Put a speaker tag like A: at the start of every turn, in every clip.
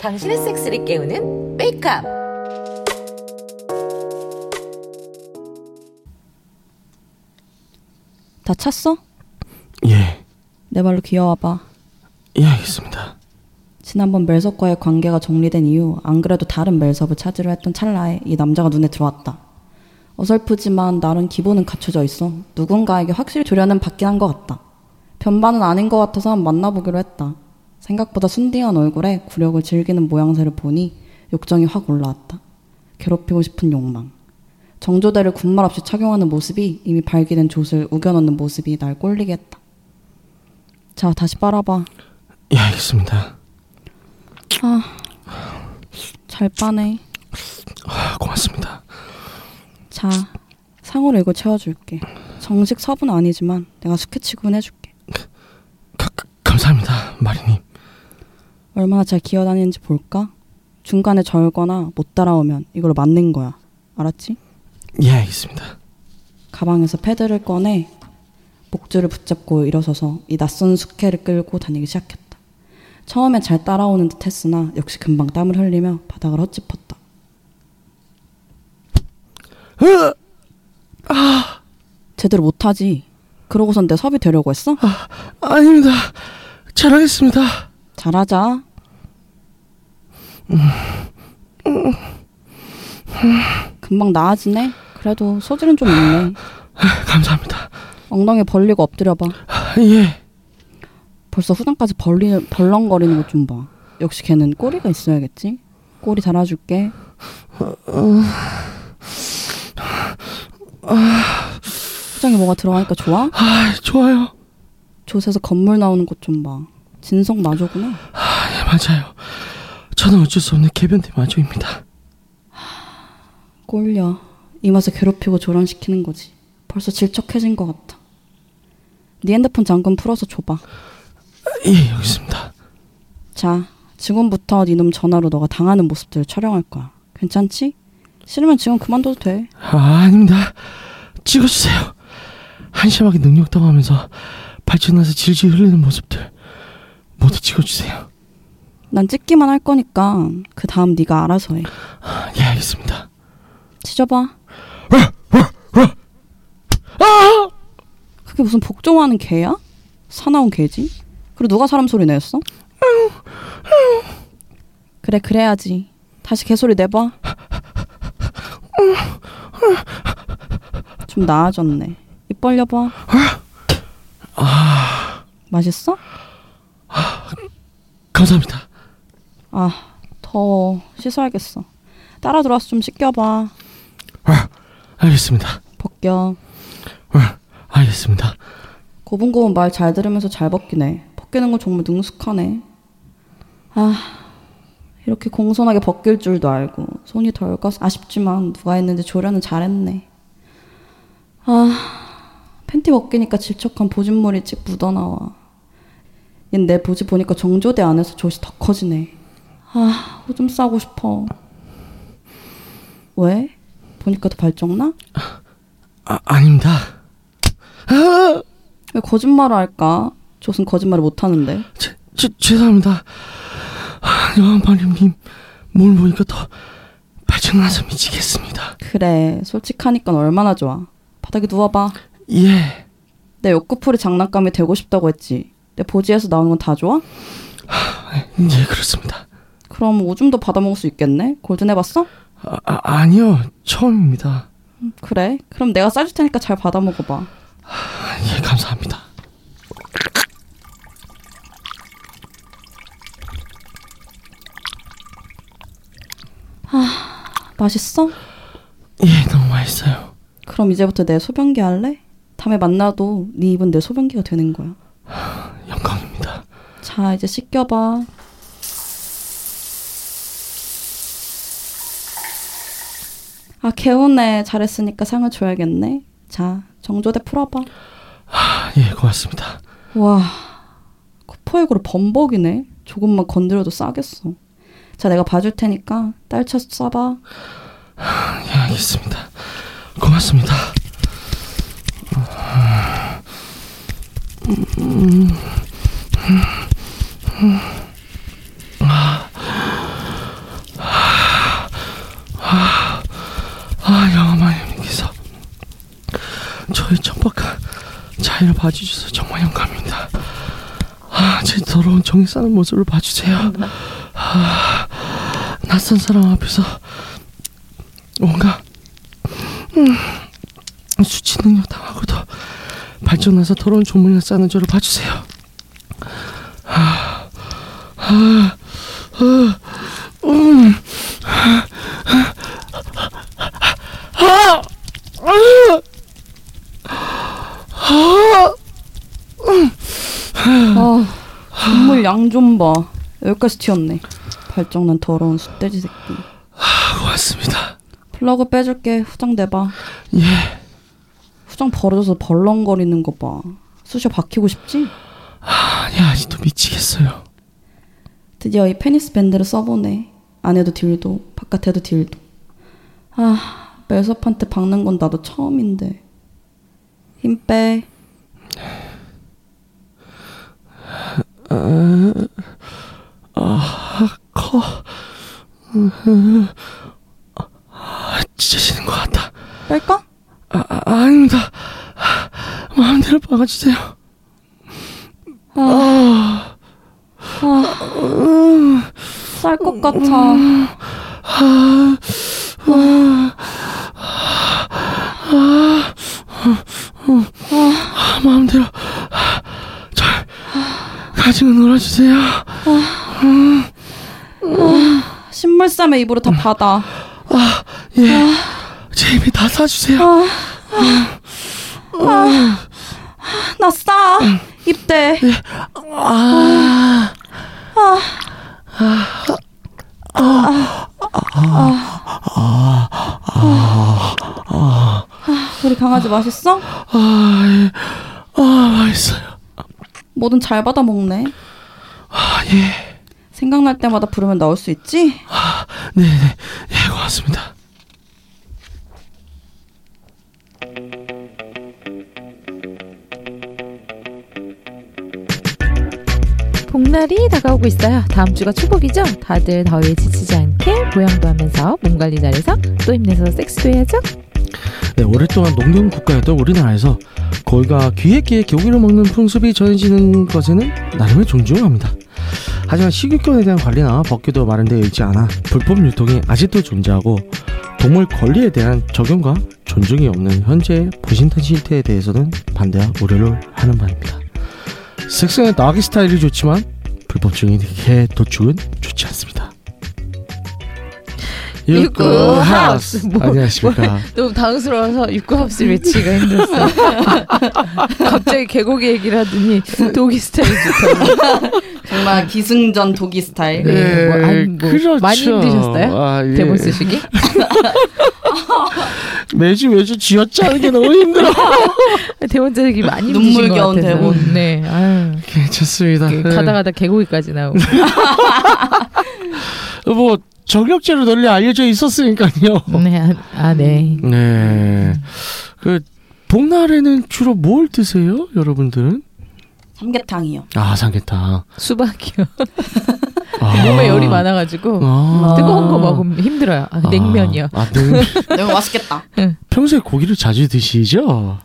A: 당신의 섹스를 깨우는 메이크업.
B: 다 찼어?
C: 예,
B: 내 말로 귀여워봐.
C: 예 알겠습니다.
B: 지난번 멜섭과의 관계가 정리된 이후 안 그래도 다른 멜섭을 찾으려 했던 찰나에 이 남자가 눈에 들어왔다. 어설프지만 나름 기본은 갖춰져 있어 누군가에게 확실히 조련은 받긴 한 것 같다. 변반은 아닌 것 같아서 한번 만나보기로 했다. 생각보다 순딩한 얼굴에 굴욕을 즐기는 모양새를 보니 욕정이 확 올라왔다. 괴롭히고 싶은 욕망. 정조대를 군말 없이 착용하는 모습이 이미 발기된 돛을 우겨넣는 모습이 날 꼴리게 했다. 자, 다시 빨아봐.
C: 예 알겠습니다.
B: 아, 잘 빠네.
C: 아, 고맙습니다.
B: 자, 상으로 이거 채워줄게. 정식 서분 아니지만 내가 스케치군 해줄게.
C: 가, 가- 감사합니다, 마리님.
B: 얼마나 잘 기어다니는지 볼까? 중간에 절거나 못 따라오면 이걸로 맞는 거야. 알았지?
C: 예 알겠습니다.
B: 가방에서 패드를 꺼내 목줄을 붙잡고 일어서서 이 낯선 숙회를 끌고 다니기 시작했다. 처음엔 잘 따라오는 듯 했으나 역시 금방 땀을 흘리며 바닥을 헛짚었다.
C: 으,
B: 제대로 못하지. 그러고선 내 섭이 되려고 했어?
C: 아닙니다. 잘하겠습니다.
B: 잘하자. 금방 나아지네. 그래도 소질은 좀 있네.
C: 아, 감사합니다.
B: 엉덩이 벌리고 엎드려봐.
C: 아, 예,
B: 벌써 후장까지 벌리, 벌렁거리는 것 좀 봐. 역시 걔는 꼬리가 있어야겠지. 꼬리 달아줄게. 후장에 뭐가 들어가니까 좋아?
C: 아, 좋아요.
B: 조세서 건물 나오는 것 좀 봐. 진성 마조구나.
C: 아, 예 맞아요. 저는 어쩔 수 없는 개변대 마조입니다.
B: 꼴려. 이 맛에 괴롭히고 조련시키는 거지. 벌써 질척해진 것 같아. 네 핸드폰 잠금 풀어서 줘봐.
C: 아, 예 여기 있습니다.
B: 자, 지금부터 네놈 전화로 너가 당하는 모습들을 촬영할 거야. 괜찮지? 싫으면 지금 그만둬도 돼.
C: 아, 아닙니다. 찍어주세요. 한심하게 능력 당하면서 발전나서 질질 흘리는 모습들 모두 찍어주세요.
B: 난 찍기만 할 거니까 그 다음 네가 알아서 해.
C: 아, 예, 알겠습니다.
B: 찢어봐. 그게 무슨 복종하는 개야? 사나운 개지? 그리고 누가 사람 소리 내었어? 그래 그래야지. 다시 개소리 내봐. 좀 나아졌네. 입 벌려봐. 맛있어?
C: 감사합니다.
B: 아 더워. 씻어야겠어. 따라 들어와서 좀 씻겨봐.
C: 아, 알겠습니다.
B: 벗겨.
C: 아, 알겠습니다.
B: 고분고분 말 잘 들으면서 잘 벗기네. 벗기는 건 정말 능숙하네. 아, 이렇게 공손하게 벗길 줄도 알고 손이 덜 가서 아쉽지만 누가 했는데 조련은 잘했네. 아, 팬티 벗기니까 질척한 보진물이 찍 묻어나와. 얜 내 보지 보니까 정조대 안에서 젖이 더 커지네. 아, 오줌 싸고 싶어. 왜? 보니까 더 발정나?
C: 아, 아닙니다. 아,
B: 왜 거짓말을 할까? 젖은 거짓말을 못하는데.
C: 제, 제, 죄송합니다. 아, 여왕마님님 뭘 보니까 더 발전나서 미치겠습니다.
B: 그래 솔직하니까 얼마나 좋아 바닥에 누워봐
C: 예,
B: 내 욕구풀이 장난감이 되고 싶다고 했지 내 보지에서 나오는 건 다 좋아?
C: 예, 그렇습니다.
B: 그럼 오줌도 받아먹을 수 있겠네 골든해봤어?
C: 아, 아, 아니요, 처음입니다.
B: 음, 그래 그럼 내가 싸줄 테니까 잘 받아먹어봐
C: 아, 예, 감사합니다.
B: 맛있어?
C: 예, 너무 맛있어요.
B: 그럼 이제부터 내 소변기 할래? 다음에 만나도 네 입은 내 소변기가 되는 거야
C: 영광입니다.
B: 자 이제 씻겨봐 아 개운해 잘했으니까 상을 줘야겠네 자 정조대 풀어봐
C: 아, 예, 고맙습니다.
B: 와, 그 코포액으로 범벅이네. 조금만 건드려도 싸겠어. 자, 내가 봐줄 테니까 딸 쳐서 싸봐.
C: 예, 알겠습니다. 고맙습니다. 아, 영화마님께서 저희 천박한 자의를 봐주셔서 정말 영감입니다. 아, 제 더러운 정이 싸는 모습을 봐주세요. 아, 낯선 사람 앞에서 뭔가 음, 수치 능력 당하고도 발전해서 더러운 조문이나 싸는 저를 봐주세요.
B: 아, 정말 양 좀 봐. 여기까지 튀었네. 발정난 더러운 숫돼지 새끼.
C: 아, 고맙습니다.
B: 플러그 빼줄게. 후장 내봐.
C: 예,
B: 후장 벌어져서 벌렁거리는 거 봐. 쑤셔 박히고 싶지?
C: 아니 아직도 미치겠어요.
B: 드디어 이 페니스 밴드를 써보네. 안에도 딜도, 바깥에도 딜도. 아, 멜섭한테 박는 건 나도 처음인데. 힘 빼.
C: 커. 아, 찢어지는 것 같다.
B: 뺄까?
C: 아, 아, 아닙니다. 아, 마음대로 박아주세요.
B: 아, 쌀 것 같아.
C: 아, 마음대로. 아, 절 가지고 놀아주세요.
B: 신물쌈의 입으로 다 받아.
C: 아, 예. 제 입에 다 싸주세요.
B: 아, 아, 아, 나 싸. 입대.
C: 아,
B: 우리 강아지 맛있어?
C: 아, 예. 아, 맛있어요.
B: 뭐든 잘 받아 먹네.
C: 아, 예.
B: 생각날 때마다 부르면 나올 수 있지?
C: 아, 네네. 예, 고맙습니다.
D: 복날이 다가오고 있어요. 다음 주가 초복이죠? 다들 더위에 지치지 않게 보양도 하면서 몸 관리 잘해서 또 힘내서 섹스도 해야죠.
C: 네, 오랫동안 농경 국가였던 우리나라에서 거울과 귀에 끼에 고기를 먹는 풍습이 전해지는 것에는 나름의 존중합니다. 하지만 식육견에 대한 관리나 법규도 마련되어 있지 않아 불법 유통이 아직도 존재하고 동물 권리에 대한 적용과 존중이 없는 현재의 보신탄 실태에 대해서는 반대와 우려를 하는 바입니다. 섹스는 나기 스타일이 좋지만 불법적인 개 도축은 좋지 않습니다.
D: 육구 하우스. 뭐,
C: 안녕하십니까.
D: 너무 당황스러워서 육구합실 외치기가 힘들었어요. 갑자기 개고기 얘기를 하더니 독이 스타일이 좋다고.
B: 정말 기승전 독이 스타일.
D: 네, 뭐, 아니, 뭐 많이 힘드셨어요?
C: 예, 아, 예.
D: 대본 쓰시기?
C: 매주 매주 쥐어짜는 게 너무 힘들어.
D: 대본 쓰기 많이
B: 눈물
D: 힘드신 것
B: 겨운
D: 같아서.
B: 대본.
D: 네, 아유.
C: 괜찮습니다.
D: 이렇게 그 가다 음. 가다 개고기까지 나오고.
C: 뭐 정력제로 널리 알려져 있었으니까요.
D: 네, 아, 아, 네.
C: 네. 그 복날에는 주로 뭘 드세요, 여러분들은?
B: 삼계탕이요.
C: 아 삼계탕.
D: 수박이요.
C: 아.
D: 몸에 열이 많아가지고.
C: 아.
D: 뜨거운 거 먹으면 힘들어요. 아, 냉면이요.
C: 아, 아, 냉면.
B: 너무 맛있겠다.
C: 평소에 고기를 자주 드시죠?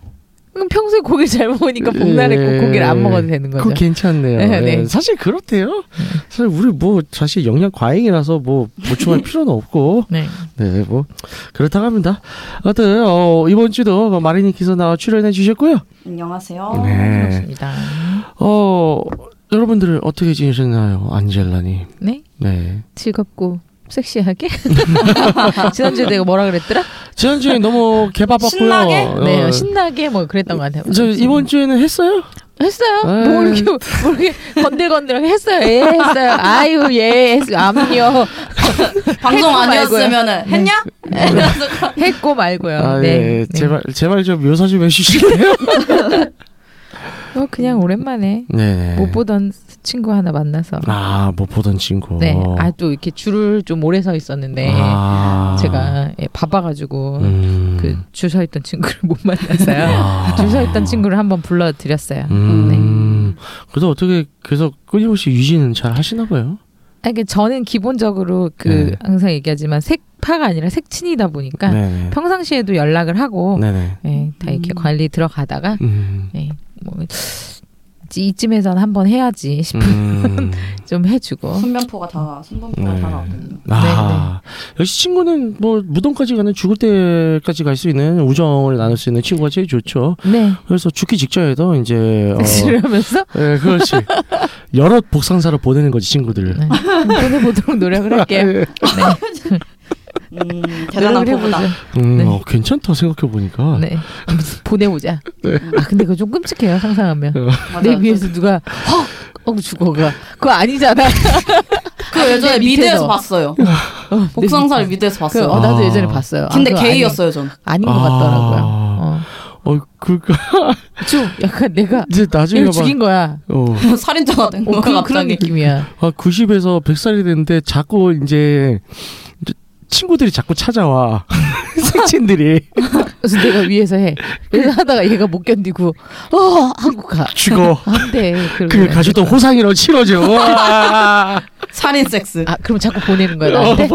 D: 그럼 평소에 고기 잘 먹으니까 복날에 꼭
C: 예.
D: 고기를 안 먹어도 되는 거죠.
C: 그거 괜찮네요.
D: 네,
C: 예,
D: 네.
C: 사실 그렇대요. 사실 우리 뭐 사실 영양 과잉이라서 뭐 보충할 필요는 없고
D: 네.
C: 네, 뭐 그렇다고 합니다. 아무튼 어, 이번 주도 뭐 마리님께서 나와 출연해 주셨고요.
B: 안녕하세요.
C: 네.
D: 그렇습니다.
C: 어 여러분들은 어떻게 지내셨나요, 안젤라님?
D: 네.
C: 네.
D: 즐겁고 섹시하게. 지난주에 내가 뭐라 그랬더라?
C: 지난주에 너무 개바빴고요.
B: 신나게?
C: 어,
D: 네. 신나게 뭐 그랬던 것 같아요.
C: 저 이번 예. 주에는 했어요?
D: 했어요.
C: 에이.
D: 뭐 이렇게 뭐 이렇게 건들건들하게 했어요. 예, 했어요. 아유, 예, 했어요. 암요.
B: 방송
D: 했고
B: 아니었으면은
D: 말고요.
B: 했냐? 네.
D: 했고 말고요.
C: 아,
D: 네. 네.
C: 예. 제발 제발 좀 묘사 좀 해주실래요?
D: 어, 그냥 오랜만에
C: 네.
D: 못 보던 친구 하나 만나서
C: 아, 못 보던 친구.
D: 네. 아 또 이렇게 줄을 좀 오래 서 있었는데
C: 아.
D: 네. 제가 예, 바빠가지고
C: 음.
D: 그 줄 서 있던 친구를 못 만나서요.
C: 아.
D: 줄 서 있던 친구를 한번 불러드렸어요.
C: 음.
D: 네.
C: 그래서 어떻게 계속 끊임없이 유지는 잘 하시나 봐요.
D: 아, 그 저는 기본적으로 그
C: 네.
D: 항상 얘기하지만 색파가 아니라 색친이다 보니까
C: 네네.
D: 그러니까 평상시에도 연락을 하고
C: 네네.
D: 예, 다 이렇게
B: 음.
D: 관리 들어가다가
C: 음.
D: 예, 뭐 이제 이쯤에선 한번 해야지 싶-
C: 음.
D: 좀 해주고
B: 순면포가 다 순면포가
C: 네.
B: 다 나거든요.
C: 아,
D: 네,
C: 역시 친구는 뭐 무덤까지 가는 죽을 때까지 갈 수 있는 우정을 나눌 수 있는 친구가 제일 좋죠.
B: 음.
D: 네
C: 그래서 죽기 직전에도 이제 어,
D: 섹스를 하면서
C: 예, 그렇지. 여러 복상사로 보내는 거지 친구들을.
D: 네. 좀 보내보도록 노력을 할게요.
C: 예.
B: 음, 대단한
D: 노력을
B: 포부다.
D: 해보죠.
C: 음,
D: 네.
C: 어, 괜찮다 생각해 보니까.
D: 네 아무튼 보내보자.
C: 네.
D: 아 근데 그거 좀 끔찍해요 상상하면. 내
B: 맞아요.
D: 위에서 누가 헉! 하고 죽어가 그거 아니잖아.
B: 그 예전에
D: 아, 밑에서.
B: 미드에서 봤어요. 복상사를 미드에서
D: 그,
B: 봤어요.
D: 어, 나도
C: 아.
D: 예전에 봤어요. 아,
B: 근데
D: 그거
B: 게이였어요, 전.
D: 아니, 아닌 것
C: 아.
D: 같더라고요. 어.
C: 어, 그러니까
D: 좀 약간 내가
C: 이제 나중에
D: 얘를
C: 막
D: 죽인 거야.
C: 어,
B: 살인자가 된
D: 어,
B: 거야,
D: 그, 그런
B: 갑자기.
D: 느낌이야.
C: 아 90에서 100살이 됐는데 자꾸 이제 이제 친구들이 자꾸 찾아와. 색친들이
D: 그래서 내가 위에서 해. 그래서 하다가 얘가 못 견디고 어 하고 가. 아,
C: 죽어.
D: 안돼.
C: 그 가지던 호상이로 치러줘. 아, 와.
B: 살인 섹스.
D: 아 그럼 자꾸 보내는 거야
C: 어,
D: 나한테.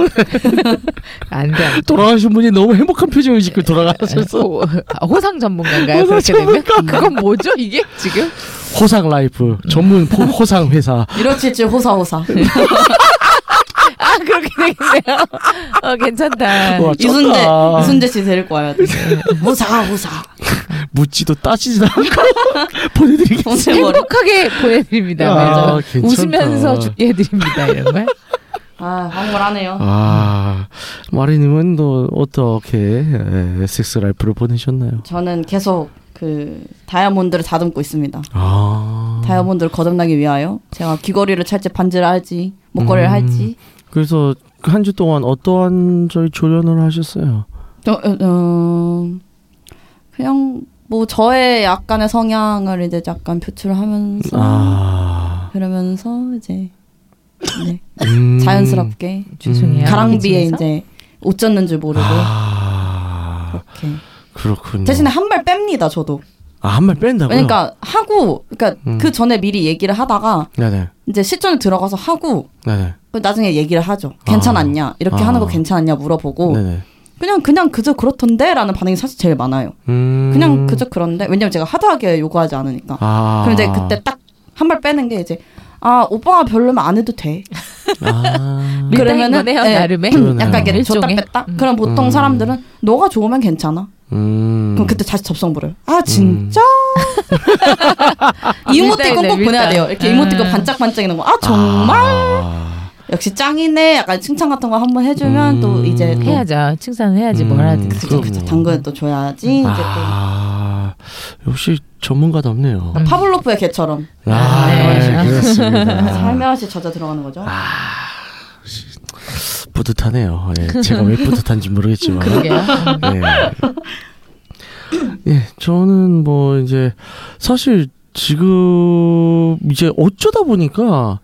D: 안돼.
C: 돌아가신 분이 너무 행복한 표정을 짓고 돌아가셨어.
D: 호, 아, 호상 전문가인가요?
C: 호상
D: 그렇게 되면 그건 뭐죠 이게 지금?
C: 호상 라이프 전문 포- 호상 회사.
B: 157 호사호사.
D: 아 그렇게 되겠네요. 어 괜찮다.
C: 와,
B: 이순재,
C: 쩐다.
B: 이순재 씨 데리고 와야 돼. 호사, 호사.
C: 묻지도 따지지도 않고 보내드리겠습니다.
B: 오늘 머리.
D: 행복하게 보내드립니다.
C: 아,
D: 맞아요.
C: 괜찮다.
D: 웃으면서 죽게 해드립니다. 이런 걸.
B: 아, 황홀하네요.
C: 아 마리님은 또 어떻게 에, 섹스 라이프를 보내셨나요?
B: 저는 계속 그 다이아몬드를 다듬고 있습니다.
C: 아
B: 다이아몬드를 거듭나기 위하여 제가 귀걸이를 찰지 반지를 할지 목걸이를
C: 음.
B: 할지
C: 그래서 한 주 동안 어떠한 저희 조련을 하셨어요?
B: 어, 어, 어, 그냥 뭐 저의 약간의 성향을 이제 약간 표출하면서
C: 아
B: 그러면서 이제 네,
C: 음.
B: 자연스럽게
D: 죄송해요.
B: 가랑비에
D: 이쯤에서?
B: 이제 옷 젖는 줄 모르고
C: 아
B: 이렇게
C: 그렇군요.
B: 대신에 한 발 뺍니다 저도
C: 아한 말 뺀다고요?
B: 그러니까 하고 그러니까
C: 음.
B: 그 전에 미리 얘기를 하다가
C: 네네
B: 이제 실전에 들어가서 하고 그
C: 네네
B: 나중에 얘기를 하죠 괜찮았냐 이렇게
C: 아.
B: 하는 거 괜찮았냐 물어보고
C: 네네.
B: 그냥 그냥 그저 그렇던데라는 반응이 사실 제일 많아요.
C: 음.
B: 그냥 그저 그런데 왜냐면 제가 하드하게 요구하지 않으니까.
C: 아
B: 그럼 이제 그때 딱 한 발 빼는 게 이제 아 오빠가 별로면 안 해도 돼.
C: 아.
D: 밀당인
B: 그러면은-
D: 거네요,
B: 네.
D: 나름의
C: 그러네요.
B: 약간 이게 줬다
D: 일종의?
B: 뺐다. 그럼 보통
C: 음.
B: 사람들은 너가 좋으면 괜찮아.
C: 음.
B: 그럼 그때 다시 접속 부려요. 아 진짜?
D: 음.
B: 이모티콘 꼭
D: 밀당이네,
B: 보내야
D: 밀당.
B: 돼요. 이렇게 이모티콘
D: 아.
B: 반짝반짝이는 거. 아 정말?
C: 아.
B: 역시 짱이네. 약간 칭찬 같은 거 한번 해주면 또
C: 음.
B: 이제 또
D: 해야죠. 칭찬을 해야지
C: 음,
D: 뭘 하든.
C: 그거 뭐.
B: 당근을 또 줘야지. 이제 또
C: 아, 역시 전문가답네요.
B: 파블로프의 개처럼
C: 아,
D: 네.
C: 그렇습니다.
B: 살며시 젖어 들어가는 거죠.
C: 아. 뿌듯하네요. 예, 제가 왜 뿌듯한지 모르겠지만.
B: 그렇죠.
D: 그러게요.
C: 예. 예, 저는 뭐 이제 사실 지금 이제 어쩌다 보니까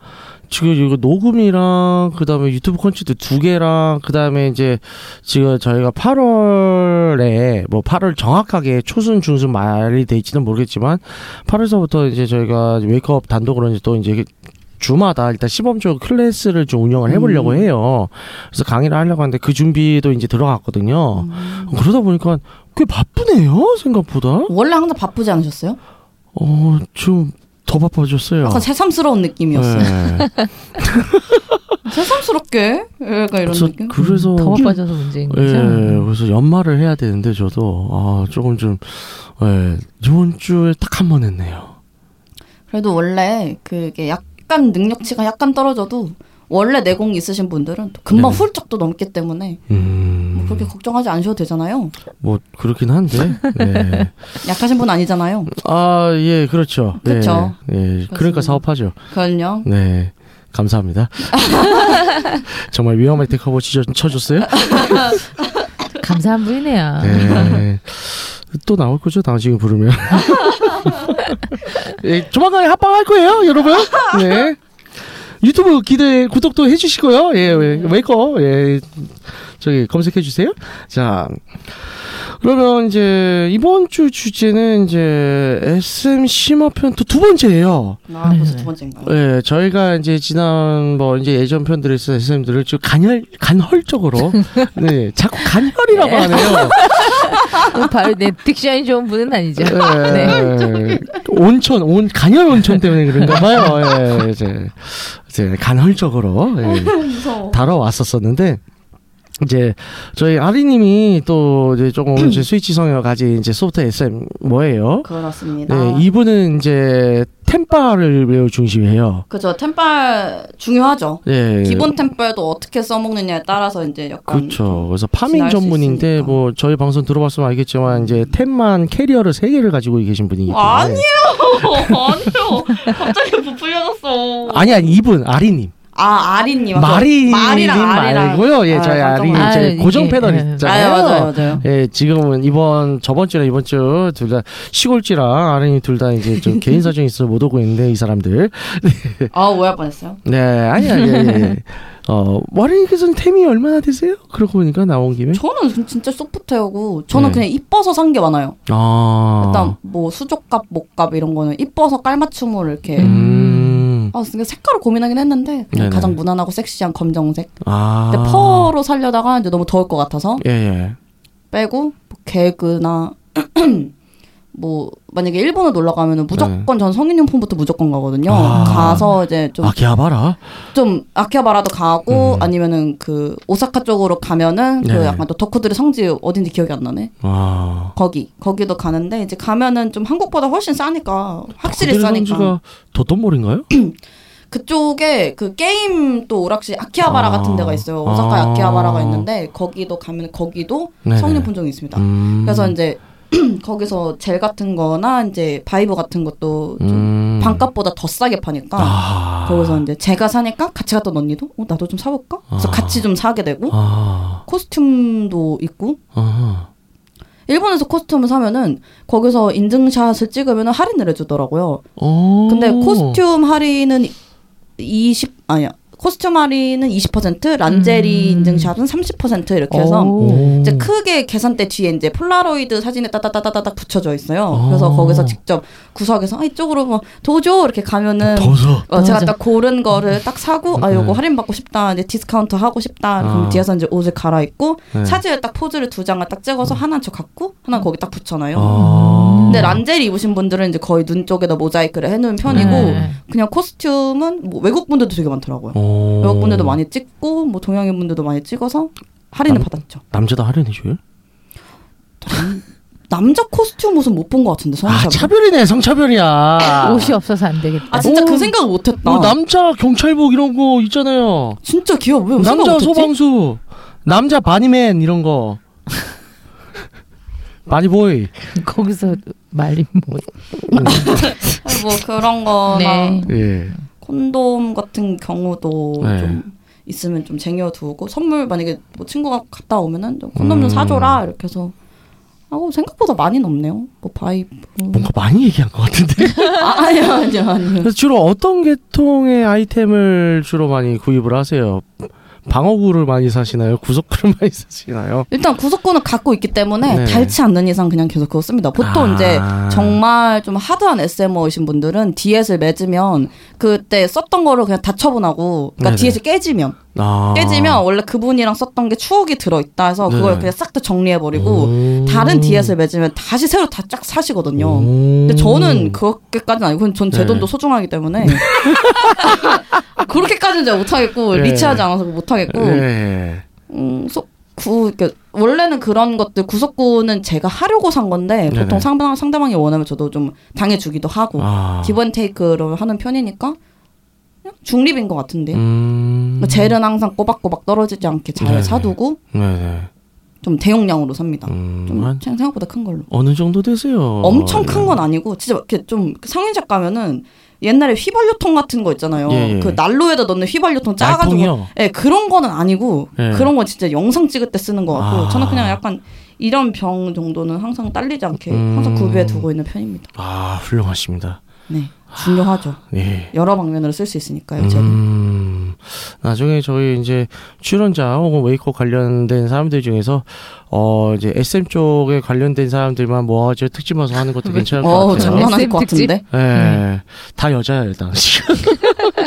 C: 지금 이거 녹음이랑 그다음에 유튜브 콘텐츠 두 개랑 그다음에 이제 지금 저희가 8월에 뭐 8월 정확하게 초순 중순 말이 돼 있지는 모르겠지만 8월서부터 이제 저희가 웨이크업 단독으로 이제 또 이제 주마다 일단 시범적으로 클래스를 좀 운영을 해보려고 해요. 그래서 강의를 하려고 하는데 그 준비도 이제 들어갔거든요. 그러다 보니까 꽤 바쁘네요 생각보다.
B: 원래 항상 바쁘지 않으셨어요?
C: 어 좀 더 바빠졌어요.
B: 약간 새삼스러운 느낌이었어요.
C: 네.
B: 새삼스럽게 약간 이런
C: 그래서
B: 느낌.
C: 그래서
D: 음, 더 바빠져서 문제인
C: 예,
D: 거죠.
C: 그래서 연말을 해야 되는데 저도 아 조금 좀 예, 이번 주에 딱 한 번 했네요.
B: 그래도 원래 그게 약간 능력치가 약간 떨어져도 원래 내공 있으신 분들은 또 금방
C: 네.
B: 훌쩍 또 넘기 때문에 뭐
C: 음,
B: 그렇게 걱정하지 않으셔도 되잖아요.
C: 뭐 그렇긴 한데. 네.
B: 약하신 분 아니잖아요.
C: 아, 예, 그렇죠. 예,
B: 그쵸.
C: 예, 그러니까 사업하죠.
B: 그건요.
C: 네. 감사합니다. 정말 위험할 때 커버 치셔- 쳐줬어요.
D: 감사한 분이네요.
C: 네. 또 나올 거죠? 당신이 부르면. 예, 조만간에 합방할 거예요, 여러분. 네. 유튜브 기대 구독도 해주시고요. 예, 예, 웨이커 예, 저기 검색해 주세요. 자, 그러면 이제 이번 주 주제는 이제 SM 심화편 또두 번째예요.
B: 아 벌써 두 번째인가?
C: 예, 저희가 이제 지난번 뭐 이제 예전 편들에서 SM들을 좀 간열, 간헐적으로, 네, 자꾸 간혈이라고 하네요.
D: 바로 그 내 딕션이 좋은 분은 아니죠.
C: 네.
B: 네.
C: 예, 온천, 온, 간혈 온천 때문에 그런가 봐요. 예, 이제, 이제 간헐적으로 예,
B: 무서워.
C: 다뤄왔었었는데, 이제 저희 아리님이 또 이제 조금 이제 스위치 성향 가진 이제 소프트 SM 뭐예요?
B: 그렇습니다.
C: 네, 이분은 이제 템파를 매우 중심해요.
B: 그죠 템빨 중요하죠.
C: 예.
B: 기본 템빨도 어떻게 써먹느냐에 따라서 이제 약간
C: 그렇죠. 그래서 파밍
B: 지날 수
C: 전문인데
B: 있으니까.
C: 뭐 저희 방송 들어봤으면 알겠지만 이제 템만 캐리어를 세 개를 가지고 계신 분이기 때문에
B: 아니에요. 아니요. 갑자기 부풀려졌어.
C: 아니 아니 이분 아리님
B: 아 아리님 맞아.
C: 마리님
B: 마리랑 아리랑.
C: 말고요. 예, 저희
B: 아,
C: 아리
D: 깜짝
C: 이제
D: 놀랐네.
C: 고정 패널
D: 예, 예.
B: 아
C: 있잖아요.
B: 맞아요 맞아요.
C: 예, 지금은 이번 저번 주랑 이번 주 둘 다 시골지랑 아리님 둘 다 이제 좀 개인 사정이 있어서 못 오고 있는데 이 사람들.
B: 아 오해할 뻔했어요.
C: 네, 아니야. 예, 예. 예. 어, 아리님께서는 템이 얼마나 되세요? 그러고 보니까 나온 김에.
B: 저는 진짜 소프트웨어고 저는
C: 네.
B: 그냥 이뻐서 산 게 많아요.
C: 아.
B: 일단 뭐 수족값, 목값 이런 거는 이뻐서 깔맞춤으로 이렇게.
C: 음.
B: 아, 그러니까 색깔을 고민하긴 했는데 그냥
C: 네네.
B: 가장 무난하고 섹시한 검정색.
C: 아.
B: 근데 퍼로 살려다가 이제 너무 더울 것 같아서
C: 예, 예.
B: 빼고 뭐 개그나 뭐 만약에 일본에 놀러 가면은 무조건 전 성인용품부터 무조건 가거든요.
C: 네. 아.
B: 가서 이제 좀
C: 아, 기아바라.
B: 좀 아키하바라도 가고
C: 음.
B: 아니면은 그 오사카 쪽으로 가면은 그
C: 네.
B: 약간 또 덕후들의 성지 어딘지 기억이 안 나네.
C: 와.
B: 거기 거기도 가는데 이제 가면은 좀 한국보다 훨씬 싸니까 확실히
C: 그들
B: 싸니까
C: 선수가 도톤몰인가요?
B: 그쪽에 그 게임 또 오락실 아키하바라
C: 아.
B: 같은 데가 있어요. 오사카
C: 아.
B: 아. 키하바라가 있는데 거기도 가면 거기도
C: 네네.
B: 성인 본종이 있습니다.
C: 음.
B: 그래서 이제 거기서 젤 같은 거나 이제 바이브 같은 것도 좀
C: 음.
B: 반값보다 더 싸게 파니까
C: 아.
B: 거기서 이제 제가 사니까 같이 갔던 언니도 어, 나도 좀 사볼까? 그래서
C: 아.
B: 같이 좀 사게 되고
C: 아.
B: 코스튬도 있고
C: 아하.
B: 일본에서 코스튬을 사면은 거기서 인증샷을 찍으면 할인을 해주더라고요.
C: 어.
B: 근데 코스튬 할인은 20 아니야 코스튬 할인은 20% 란제리
D: 음.
B: 인증샷은 30% 이렇게 해서
C: 오.
B: 이제 크게 계산대 뒤에 이제 폴라로이드 사진에 따다다다다닥 붙여져 있어요.
C: 어.
B: 그래서 거기서 직접 구석에서 아, 이쪽으로 뭐 도조 이렇게 가면은
C: 더서.
B: 어, 제가
D: 맞아.
B: 딱 고른 거를 딱 사고 아
C: 네.
B: 요거 할인 받고 싶다 이제 디스카운트 하고 싶다 그럼
C: 아.
B: 뒤에서 이제 옷을 갈아입고
C: 네. 음.
B: 사진에 딱 포즈를 두 장을 딱 찍어서 하나 저 갖고 하나 거기 딱 붙여놔요.
C: 아.
B: 근데 란제리 입으신 분들은 이제 거의 눈 쪽에다 모자이크를 해놓은 편이고
D: 네.
B: 그냥 코스튬은 뭐 외국 분들도 되게 많더라고요.
C: 오.
B: 외국 분들도 많이 찍고 뭐 동양인 분들도 많이 찍어서 할인을
C: 남-
B: 받았죠.
C: 남자도 할인해 줘요?
B: 남자 코스튬 옷은 못 본 것 같은데
C: 아,
B: 성차별.
C: 차별이네. 성차별이야.
D: 옷이 없어서 안 되겠다.
B: 아 진짜
C: 오.
B: 그 생각을 못했다.
C: 뭐 남자 경찰복 이런 거 있잖아요.
B: 진짜 귀여워. 왜 생각
C: 남자
B: 못했지?
C: 소방수, 남자 바니맨 이런 거. 바니보이.
B: 아.
D: 거기서 말린 못.
B: 아니, 뭐 그런 거나
D: 네.
C: 예.
B: 콘돔 같은 경우도
C: 네.
B: 좀 있으면 좀 쟁여두고 선물 만약에 뭐 친구가 갔다 오면은 좀 콘돔
C: 음.
B: 좀 사줘라 이렇게 해서 하고 생각보다 많이 넘네요. 뭐 바이브.
C: 뭔가 많이 얘기한 것 같은데.
B: 아, 아니요 아니요 아니요.
C: 그래서 주로 어떤 계통의 아이템을 주로 많이 구입을 하세요? 방어구를 많이 사시나요? 구석구를 많이 사시나요?
B: 일단 구속권을 갖고 있기 때문에
C: 네.
B: 닳지 않는 이상 그냥 계속 그거 씁니다. 보통
C: 아.
B: 이제 정말 좀 하드한 SMO이신 분들은 DS을 맺으면 그때 썼던 거를 그냥 다 처분하고 그러니까
C: 네네.
B: DS이 깨지면
C: 아.
B: 깨지면 원래 그분이랑 썼던 게 추억이 들어있다 해서 그걸
C: 네네.
B: 그냥 싹 다 정리해버리고
C: 음.
B: 다른 DS를 맺으면 다시 새로 다 쫙 사시거든요. 근데
C: 음.
B: 저는 그렇게까지는 아니고 그건 전제
C: 네.
B: 돈도 소중하기 때문에 그렇게까지는 제가 못하겠고
C: 예.
B: 리치하지 않아서 못하겠고
C: 예.
B: 음, 소, 구, 그러니까 원래는 그런 것들 구속구는 제가 하려고 산 건데
C: 네네.
B: 보통 상대방, 상대방이 원하면 저도 좀 당해주기도 하고
C: 아.
B: 기본 테이크로 하는 편이니까 그냥 중립인 것 같은데 요
C: 음.
B: 젤은 항상 꼬박꼬박 떨어지지 않게 잘
C: 네네.
B: 사두고
C: 네네.
B: 좀 대용량으로 삽니다.
C: 음.
B: 좀
C: 한
B: 그냥 생각보다 큰 걸로.
C: 어느 예. 정도 되세요? 네.
B: 엄청 큰 건 아니고 진짜 이렇게 좀 상인샵 그 가면은 옛날에 휘발유통 같은 거 있잖아요.
C: 예, 예.
B: 그 난로에다 넣는 휘발유통 짜가지고.
C: 날통이요?
B: 예, 그런 거는 아니고
C: 예.
B: 그런 건 진짜 영상 찍을 때 쓰는 것 같고
C: 아.
B: 저는 그냥 약간 이런 병 정도는 항상 딸리지 않게
C: 음.
B: 항상 구비해 두고 있는 편입니다.
C: 아 훌륭하십니다.
B: 네, 중요하죠.
C: 예.
B: 여러 방면으로 쓸 수 있으니까요. 네, 제가.
C: 음, 나중에 저희 이제 출연자 혹은 웨이커 관련된 사람들 중에서 어 이제 SM 쪽에 관련된 사람들만 모아서 특집 와서 하는 것도 괜찮을 것
B: 어, 네.
C: 같아요.
B: 장난 아닐
D: SM
B: 것
D: 특집?
B: 같은데.
C: 예, 다 여자야 일단.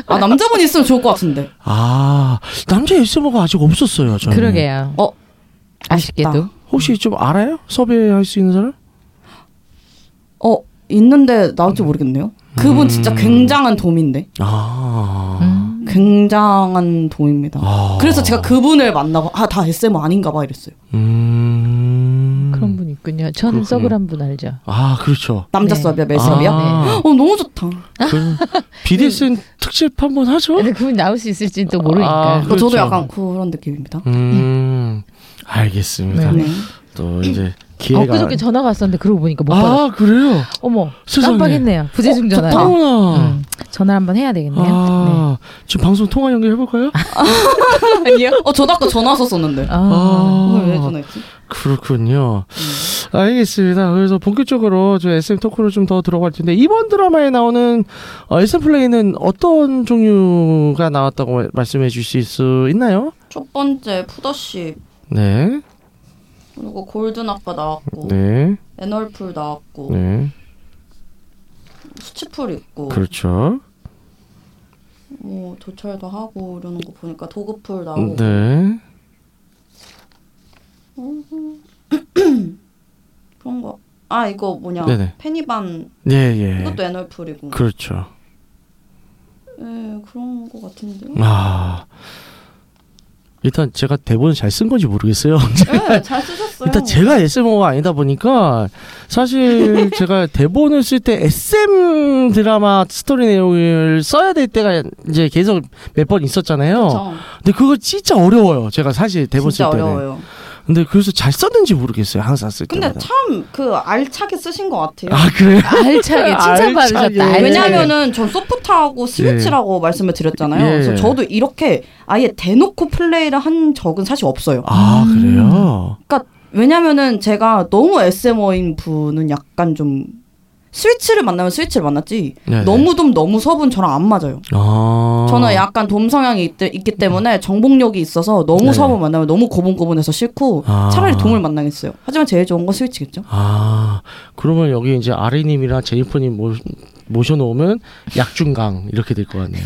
B: 아 남자분 있으면 좋을 것 같은데.
C: 아 남자 SM가 아직 없었어요. 저는.
D: 그러게요.
B: 어,
D: 아쉽게도.
C: 혹시 좀 알아요? 섭외할 수 있는 사람?
B: 어 있는데 나올지 모르겠네요. 그분
C: 음.
B: 진짜 굉장한 돔인데.
C: 아,
D: 음.
B: 굉장한 돔입니다.
C: 아.
B: 그래서 제가 그분을 만나고 아 다 SM 아닌가 봐 이랬어요.
C: 음.
D: 그런 분 있군요. 저는
C: 그렇군요.
D: 서브란 분 알죠.
C: 아 그렇죠.
B: 남자
D: 네.
B: 수업이야 매수업이야?
C: 아.
B: 어 너무 좋다.
C: 그 BDSN 특집 한번 하죠.
D: 근데 그분 나올 수 있을지는 또 모르니까.
C: 아,
B: 그
C: 그렇죠.
B: 저도 약간 그런 느낌입니다.
C: 음, 알겠습니다.
B: 네.
C: 또 이제 기회가
D: 어, 엊그저께 전화가 왔었는데 그러고 보니까 못 받았어.
C: 아 그래요?
D: 어머,
C: 세상에.
D: 깜빡했네요. 부재중 전화.
C: 어머나.
D: 음, 전화 한번 해야 되겠네요. 아,
C: 아 지금 방송 통화 연결해 볼까요?
D: 네. 아니요.
B: 어 저도 아까 전화 왔었었는데.
D: 아,
B: 오늘 왜 전화했지?
C: 그렇군요.
B: 음.
C: 알겠습니다. 그래서 본격적으로 저 SM 토크로 좀 더 들어갈 텐데 이번 드라마에 나오는 어, SM 플레이는 어떤 종류가 나왔다고 마- 말씀해 주실 수 있나요?
B: 첫 번째 푸더십
C: 네,
B: 그리고 골든 아빠 나왔고
C: 네,
B: 애널풀 나왔고
C: 네,
B: 수치풀 있고
C: 그렇죠.
B: 뭐 도철도 하고 이러는 거 보니까 도구풀 나오고
C: 네,
B: 그런 거. 아 이거 뭐냐
C: 네네.
B: 페니반
C: 예, 예,
B: 이것도 애널풀이고. 그...
C: 그렇죠.
B: 예 그런 거 같은데.
C: 아 일단 제가 대본을 잘 쓴 건지 모르겠어요.
B: 네, 예잘 쓰셨어요.
C: 일단 제가 SMO가 아니다 보니까 사실 제가 대본을 쓸 때 SM 드라마 스토리 내용을 써야 될 때가 이제 계속 몇 번 있었잖아요.
B: 그쵸?
C: 근데 그거 진짜 어려워요. 제가 사실 대본 쓸
B: 진짜
C: 때는.
B: 어려워요.
C: 근데 그래서 잘 썼는지 모르겠어요. 항상 쓸
B: 근데
C: 때마다.
B: 참 그 알차게 쓰신 것 같아요.
C: 아 그래요?
D: 알차게
C: 알차게.
D: 칭찬받으셨다. 알차게.
B: 왜냐하면은 전 소프트하고 스위치라고 말씀을 드렸잖아요.
C: 예.
B: 그래서 저도 이렇게 아예 대놓고 플레이를 한 적은 사실 없어요.
C: 아
D: 음.
C: 그래요?
B: 왜냐면은 제가 너무 SM어인 분은 약간 좀 스위치를 만나면 스위치를 만났지
C: 네네.
B: 너무 돔 너무 서분 저랑 안 맞아요.
C: 아.
B: 저는 약간 돔 성향이 있, 있기 때문에 정복력이 있어서 너무
C: 네.
B: 서분 만나면 너무 고분고분해서 싫고
C: 아.
B: 차라리 돔을 만나겠어요. 하지만 제일 좋은 건 스위치겠죠.
C: 아 그러면 여기 이제 아리님이랑 제니퍼님 모, 모셔놓으면 약중강 이렇게 될 것 같네요.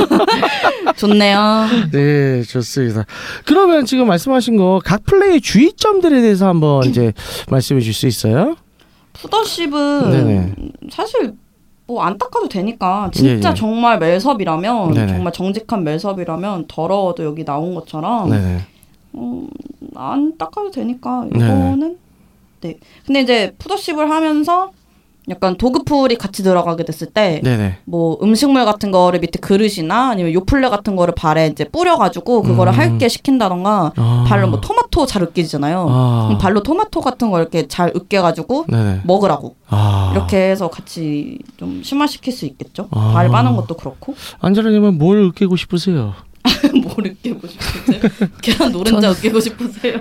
B: 좋네요.
C: 네, 좋습니다. 그러면 지금 말씀하신 거 각 플레이의 주의점들에 대해서 한번 이제 말씀해 줄 수 있어요?
D: 음.
B: 푸더십은
C: 네네.
B: 사실 뭐 안 닦아도 되니까 진짜
C: 예, 예.
B: 정말 멜섭이라면
C: 네네.
B: 정말 정직한 멜섭이라면 더러워도 여기 나온
D: 어.
B: 것처럼
C: 네.
B: 음, 안 닦아도 되니까
C: 네네.
B: 이거는 네. 근데 이제 푸더십을 하면서 약간 도그풀이 같이 들어가게 됐을 때
C: 네, 네.
B: 뭐 음식물 같은 거를 밑에 그릇이나 아니면 요플레 같은 거를 발에 이제 뿌려가지고 그거를
C: 음.
B: 핥게 시킨다던가
C: 아.
B: 발로 뭐 토마토 잘 으깨지잖아요.
C: 아.
B: 그럼 발로 토마토 같은 거 이렇게 잘 으깨가지고
C: 네, 네.
B: 먹으라고
C: 아.
B: 이렇게 해서 같이 좀 심화시킬 수 있겠죠.
C: 아.
B: 발 빠는 것도 그렇고
C: 안젤라 님은 뭘 으깨고 싶으세요?
B: 뭘 으깨고 싶으세요? 계란 노른자 으깨고 싶으세요?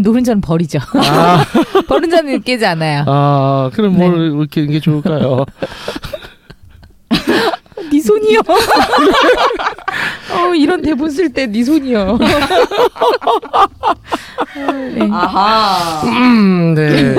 D: 노른자는 버리죠.
C: 아,
D: 버른자는 느끼지 않아요.
C: 아 그럼 뭘 으깨는 게 좋을까요?
D: 네 손이요. 어, 이런 대본 쓸 때 네 손이요. 네.
B: 아하.
C: 음, 네.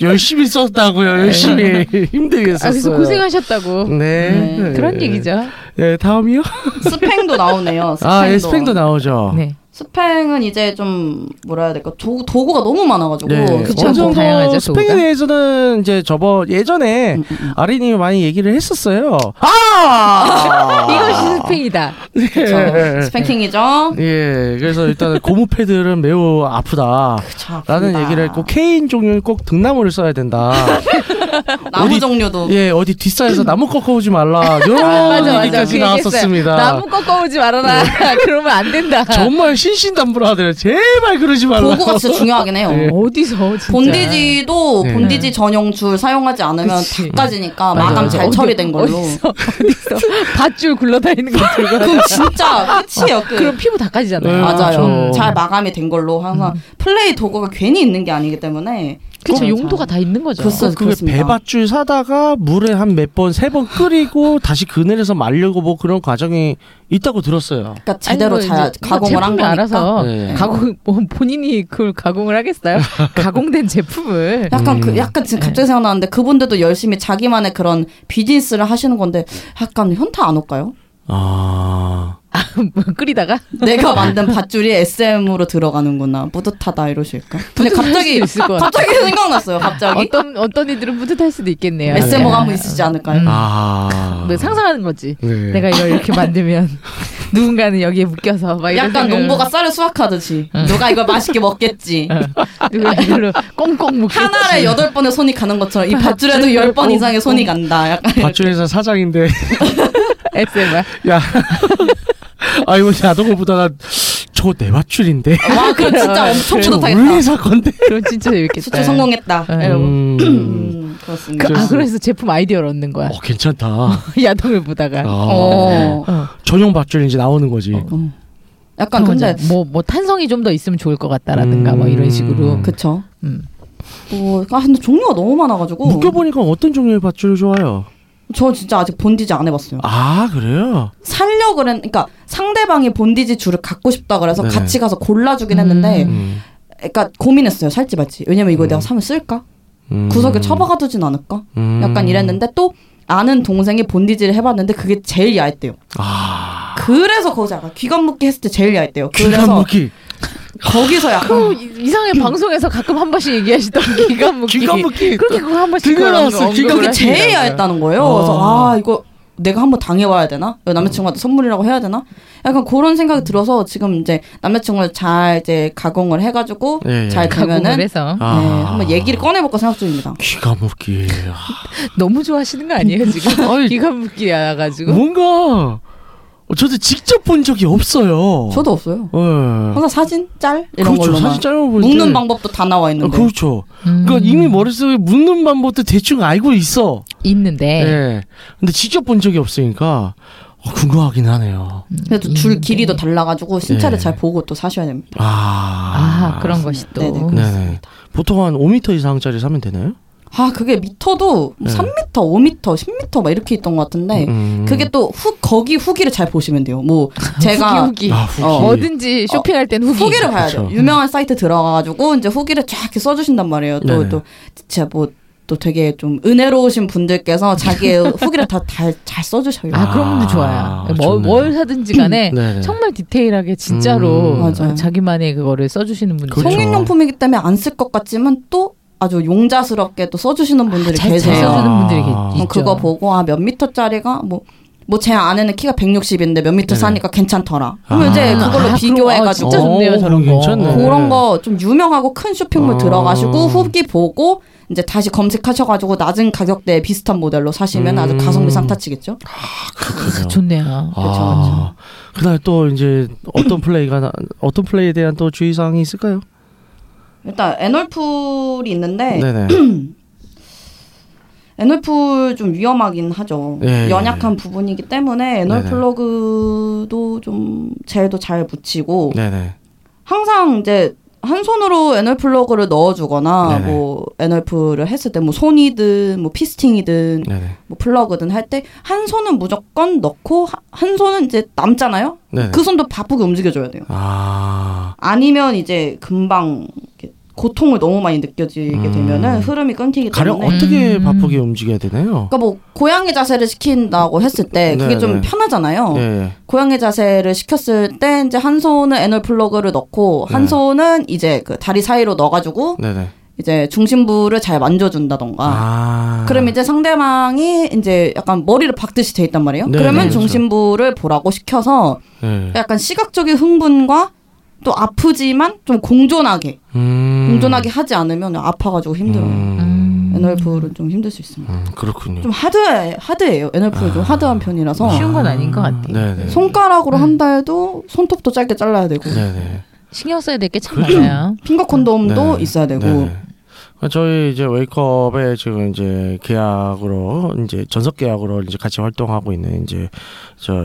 C: 열심히 썼다고요. 열심히 힘들게
D: 아, 네. 그래서
C: 썼어요.
D: 고생하셨다고.
C: 네. 네.
D: 그런 얘기죠.
C: 네, 다음이요?
B: 스팽도 나오네요. 스팽도.
C: 아, 예, 스팽도 나오죠.
D: 네.
B: 스팽은 이제 좀 뭐라 해야 될까? 도, 도구가 너무 많아가지고
C: 네.
D: 그쵸.
C: 어느
D: 뭐
C: 정도
D: 다양하죠,
C: 스팽에
D: 도구가.
C: 대해서는 이제 저번 예전에
B: 음, 음, 음.
C: 아리님이 많이 얘기를 했었어요. 아!
D: 이것이 스팽이다.
B: 그쵸. 스팽킹이죠.
C: 예, 그래서 일단 고무 패들은 매우 아프다.
B: 그쵸,
C: 라는
B: 아픕니다.
C: 얘기를 했고 케인 종류는 꼭 등나무를 써야 된다.
B: 나무
C: 어디-
B: 종류도
C: 예, 어디 뒷산에서 나무 꺾어오지 말라.
D: 맞아,
C: 이런
D: 맞아.
C: 그러니까 얘기까지
D: 그 얘기했어요.
C: 나왔었습니다.
D: 나무 꺾어오지 말아라. 그러면 안 된다.
C: 정말 신신담부라 하더라. 제발 그러지 말라고.
B: 보고가 진짜 중요하긴 해요.
C: 예.
D: 어디서 진짜.
B: 본디지도
C: 네.
B: 본디지 전용 줄 사용하지 않으면
D: 그치.
B: 다 까지니까
C: 맞아,
B: 마감
C: 맞아.
B: 잘 처리된 걸로.
D: 어디서 어디서 밧줄 굴러다니는 거 들고
B: 그럼 진짜 끝이에요. 끝.
D: 그럼 피부 다 까지잖아요.
C: 네,
B: 맞아요.
C: 그렇죠.
B: 잘 마감이 된 걸로 항상 플레이 도구가 괜히 있는 게 아니기 때문에
D: 그쵸
B: 어,
D: 용도가 다 있는 거죠.
B: 글쎄.
C: 그게
B: 그렇습니다.
C: 배밧줄 사다가 물에 한 몇 번, 세 번 끓이고 다시 그늘에서 말려고 뭐 그런 과정이 있다고 들었어요.
B: 그러니까 제대로
D: 아니, 뭐
B: 잘
D: 이제
B: 가공을 한
D: 제품이
B: 거니까.
D: 알아서
C: 네.
D: 가공 뭐 본인이 그걸 가공을 하겠어요? 가공된 제품을
B: 약간
C: 음.
B: 그 약간 지금
D: 네.
B: 갑자기 생각나는데 그분들도 열심히 자기만의 그런 비즈니스를 하시는 건데 약간 현타 안 올까요?
C: 아.
D: 뭐 끓이다가
B: 내가 만든 밧줄이 SM으로 들어가는구나 뿌듯하다 이러실까? 근데 갑자기
D: 수도 있을 것 같아요.
B: 갑자기 생각났어요. 갑자기 뭐
D: 어떤 어떤 이들은 뿌듯할 수도 있겠네요.
B: SM어가
D: 네.
B: 한번 있으지 않을까요?
D: 음.
C: 아.
B: 네,
D: 뭐 상상하는 거지.
C: 네.
D: 내가 이걸 이렇게 만들면 누군가는 여기에 묶여서 막 이런
B: 약간
D: 생각을- 음.
B: 농부가 쌀을 수확하듯이 누가 이걸 맛있게 먹겠지.
D: 누가 이걸로 꽁꽁 묶여
B: 하나에 여덟 번의 손이 가는 것처럼 이 밧줄에도 열 번 이상의 손이 간다. 약간
C: 밧줄회사 사장인데,
D: SMR
C: 야. 아, 이거 자동어보다가 저거 내 밧줄인데.
B: 와 네. 그럼 진짜 아, 엄청
C: 저거
B: 뿌듯하겠다.
C: 우리 회사 건데.
D: 그럼 진짜 재밌겠다.
B: 수출 성공했다.
D: 네.
B: 여러분.
C: 음.
B: 음, 그렇습니다.
D: 그, 아
C: 그래서-
D: 그래서 제품 아이디어를 얻는 거야.
C: 어, 괜찮다.
D: 야동을 보다가.
C: 아.
B: 어.
D: 어.
C: 전용 밧줄이 이제 나오는 거지.
D: 아,
B: 약간 근데
D: 뭐뭐 탄성이 좀 더 있으면 좋을 것 같다라든가 뭐 이런 식으로.
C: 음.
B: 그쵸.
D: 음.
B: 뭐, 아 근데 종류가 너무 많아가지고
C: 묶여보니까 어떤 종류의 밧줄이 좋아요?
B: 저 진짜 아직 본디지 안 해봤어요.
C: 아, 그래요?
B: 살려 그랬, 그러니까 상대방이 본디지 줄을 갖고 싶다 그래서
C: 네네.
B: 같이 가서 골라주긴 했는데,
C: 음.
B: 그러니까 고민했어요 살지 말지. 왜냐면 이거 내가 사면 쓸까?
C: 음.
B: 구석에 처박아두진 않을까?
C: 음.
B: 약간 이랬는데 또 아는 동생이 본디지를 해봤는데 그게 제일 야했대요.
C: 아.
B: 그래서 거기서 약간 귀감 묶기 했을 때 제일 야했대요.
C: 기간
B: 그래서
C: 묶기.
B: 거기서 약간
D: 그 이상해 방송에서 가끔 한 번씩 얘기하시던 기간 묶기.
C: 기간 묶기.
D: 그렇게 그거 한 번씩
C: 들고 나왔어.
D: 그런 거
C: 기간
B: 그게
D: 언급을
B: 제일
D: 하시더라고요.
B: 야했다는 거예요.
C: 어.
B: 그래서 아 이거 내가 한번 당해봐야 되나? 이거 남자친구한테 선물이라고 해야 되나? 약간 그런 생각이 들어서 지금 이제 남자친구를 잘 이제 가공을 해가지고
C: 예, 예.
B: 잘
D: 가공을
B: 되면은
D: 해서
C: 아.
B: 네, 한번 얘기를 꺼내볼까 생각 중입니다.
C: 기가 묶기. 아,
D: 너무 좋아하시는 거 아니에요 지금?
C: 아니,
D: 기간 묶기야 가지고.
C: 뭐, 뭔가 어, 저도 직접 본 적이 없어요.
B: 저도 없어요.
C: 예.
B: 항상 사진 짤 이런
C: 그렇죠.
B: 걸로만
C: 사진 짧아 보이는데.
B: 묶는 방법도 다 나와
C: 어,
B: 있는데 음.
C: 그렇죠.
D: 음,
C: 그러니까 이미 머릿속에 묻는 방법도 대충 알고 있어.
D: 있는데.
B: 네.
C: 예. 근데 직접 본 적이 없으니까 어, 궁금하긴 하네요.
B: 그래도 줄 길이도 달라가지고 신체를
C: 예.
B: 잘 보고 또 사셔야 됩니다.
C: 아.
D: 아, 그런 것이 또.
B: 네네, 그렇습니다.
C: 네네. 보통 한 5m 이상짜리 사면 되나요?
B: 아 그게 미터도
C: 네.
B: 3미터, 5미터, 10미터 막 이렇게 있던 것 같은데 네.
C: 음.
B: 그게 또 후, 거기 후기를 잘 보시면 돼요. 뭐 제가
D: 후기 후기.
C: 아, 후기.
B: 어,
D: 뭐든지 쇼핑할 땐 후기. 아,
B: 후기를 봐야 돼요.
C: 그렇죠.
B: 유명한 사이트 들어가가지고 이제 후기를 쫙 이렇게 써주신단 말이에요. 또
C: 네네.
B: 또 진짜 뭐 또 되게 좀 은혜로우신 분들께서 자기의 후기를 다 잘 써주셔요.
D: 아, 그런 분도
C: 아,
D: 좋아요. 뭐,
C: 좋네요.
D: 뭘 사든지 간에
C: 네네.
D: 정말 디테일하게 진짜로
C: 음.
B: 맞아요.
D: 자기만의 그거를 써주시는 분들.
C: 그렇죠.
B: 성인용품이기 때문에 안 쓸 것 같지만 또 아주 용자스럽게 또 써주시는 분들이
D: 잘, 잘
B: 계세요.
D: 써주는 분들이
C: 아.
D: 있-
B: 어,
D: 있죠.
B: 그렇죠. 그거 보고 아 몇 미터짜리가 뭐 뭐 제 아내는 키가 160인데 몇 미터
C: 네네.
B: 사니까 괜찮더라. 그럼
C: 아.
B: 이제 그걸로
D: 아,
B: 비교해가지고
D: 그럼, 아, 진짜 좋네요,
C: 어,
D: 저런
C: 그럼
D: 거.
C: 괜찮네.
B: 뭐 그런 거 좀 유명하고 큰 쇼핑몰
C: 아.
B: 들어가시고 후기 보고 이제 다시 검색하셔가지고 낮은 가격대에 비슷한 모델로 사시면 아주
C: 음.
B: 가성비 상타치겠죠.
D: 그 좋네요.
C: 아, 그날 또 이제 어떤 플레이가 나- 어떤 플레이에 대한 또 주의사항이 있을까요?
B: 일단 애널풀이 있는데
C: 네네.
B: 애널풀 좀 위험하긴 하죠.
C: 예,
B: 연약한 부분이기 때문에
C: 네네.
B: 애널플러그도 좀 젤도 잘 붙이고
C: 네네.
B: 항상 이제 한 손으로 애널플러그를 넣어주거나
C: 네네.
B: 뭐 애널풀을 했을 때 뭐 손이든 뭐 피스팅이든
C: 네네.
B: 뭐 플러그든 할 때 한 손은 무조건 넣고 하- 한 손은 이제 남잖아요.
C: 네네.
B: 그 손도 바쁘게 움직여줘야 돼요.
C: 아,
B: 아니면 이제 금방 이렇게 고통을 너무 많이 느껴지게
C: 음.
B: 되면은 흐름이 끊기기
C: 가령
B: 때문에.
C: 어떻게
D: 음.
C: 바쁘게 움직여야 되나요?
B: 그러니까 뭐 고양이 자세를 시킨다고 했을 때 그게
C: 네네.
B: 좀 편하잖아요.
C: 예.
B: 고양이 자세를 시켰을 때 이제 한 손은 애널 플러그를 넣고 한
C: 네.
B: 손은 이제 그 다리 사이로 넣어가지고
C: 네네.
B: 이제 중심부를 잘 만져준다던가
C: 아.
B: 그러면 이제 상대방이 이제 약간 머리를 박듯이 돼 있단 말이에요.
C: 네,
B: 그러면
C: 네, 그렇죠.
B: 중심부를 보라고 시켜서
C: 예.
B: 약간 시각적인 흥분과 또 아프지만 좀 공존하게
C: 음.
B: 공존하게 하지 않으면 아파가지고 힘들어요.
C: 음.
D: 음.
B: NLF는 좀 힘들 수 있습니다.
C: 음, 그렇군요.
B: 좀 하드 하드예요. NLF는
C: 아.
B: 좀 하드한 편이라서
C: 네.
D: 쉬운 건 아닌 것 같아요.
C: 네네.
B: 손가락으로 한다 해도 손톱도 짧게 잘라야 되고
C: 음. 네네.
D: 신경 써야 될 게 참
C: 그렇죠.
D: 많아요.
B: 핑거 콘돔도
C: 네.
B: 있어야 되고
C: 네네. 그러니까 저희 이제 웨이크업에 지금 이제 계약으로 이제 전속 계약으로 이제 같이 활동하고 있는 이제 저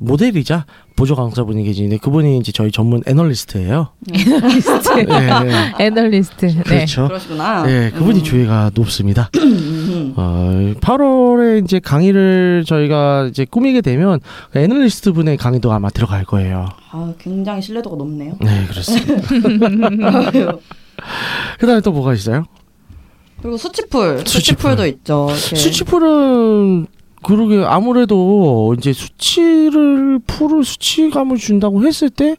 C: 모델이자 보조 강사분이 계시는데 그분이 이제 저희 전문 애널리스트예요.
D: 애널리스트.
C: 예, 예.
D: 애널리스트. 네.
C: 그렇죠.
B: 그러시구나.
C: 예, 그분이
B: 음.
C: 주의가 높습니다. 어, 8월에 이제 강의를 저희가 이제 꾸미게 되면 애널리스트 분의 강의도 아마 들어갈 거예요.
B: 아 굉장히 신뢰도가 높네요.
C: 네, 그렇습니다. 그다음에 또 뭐가 있어요?
B: 그리고 수치풀,
C: 수치풀.
B: 수치풀도 있죠. 이렇게.
C: 수치풀은 그러게 아무래도 이제 수치를 풀을 수치감을 준다고 했을 때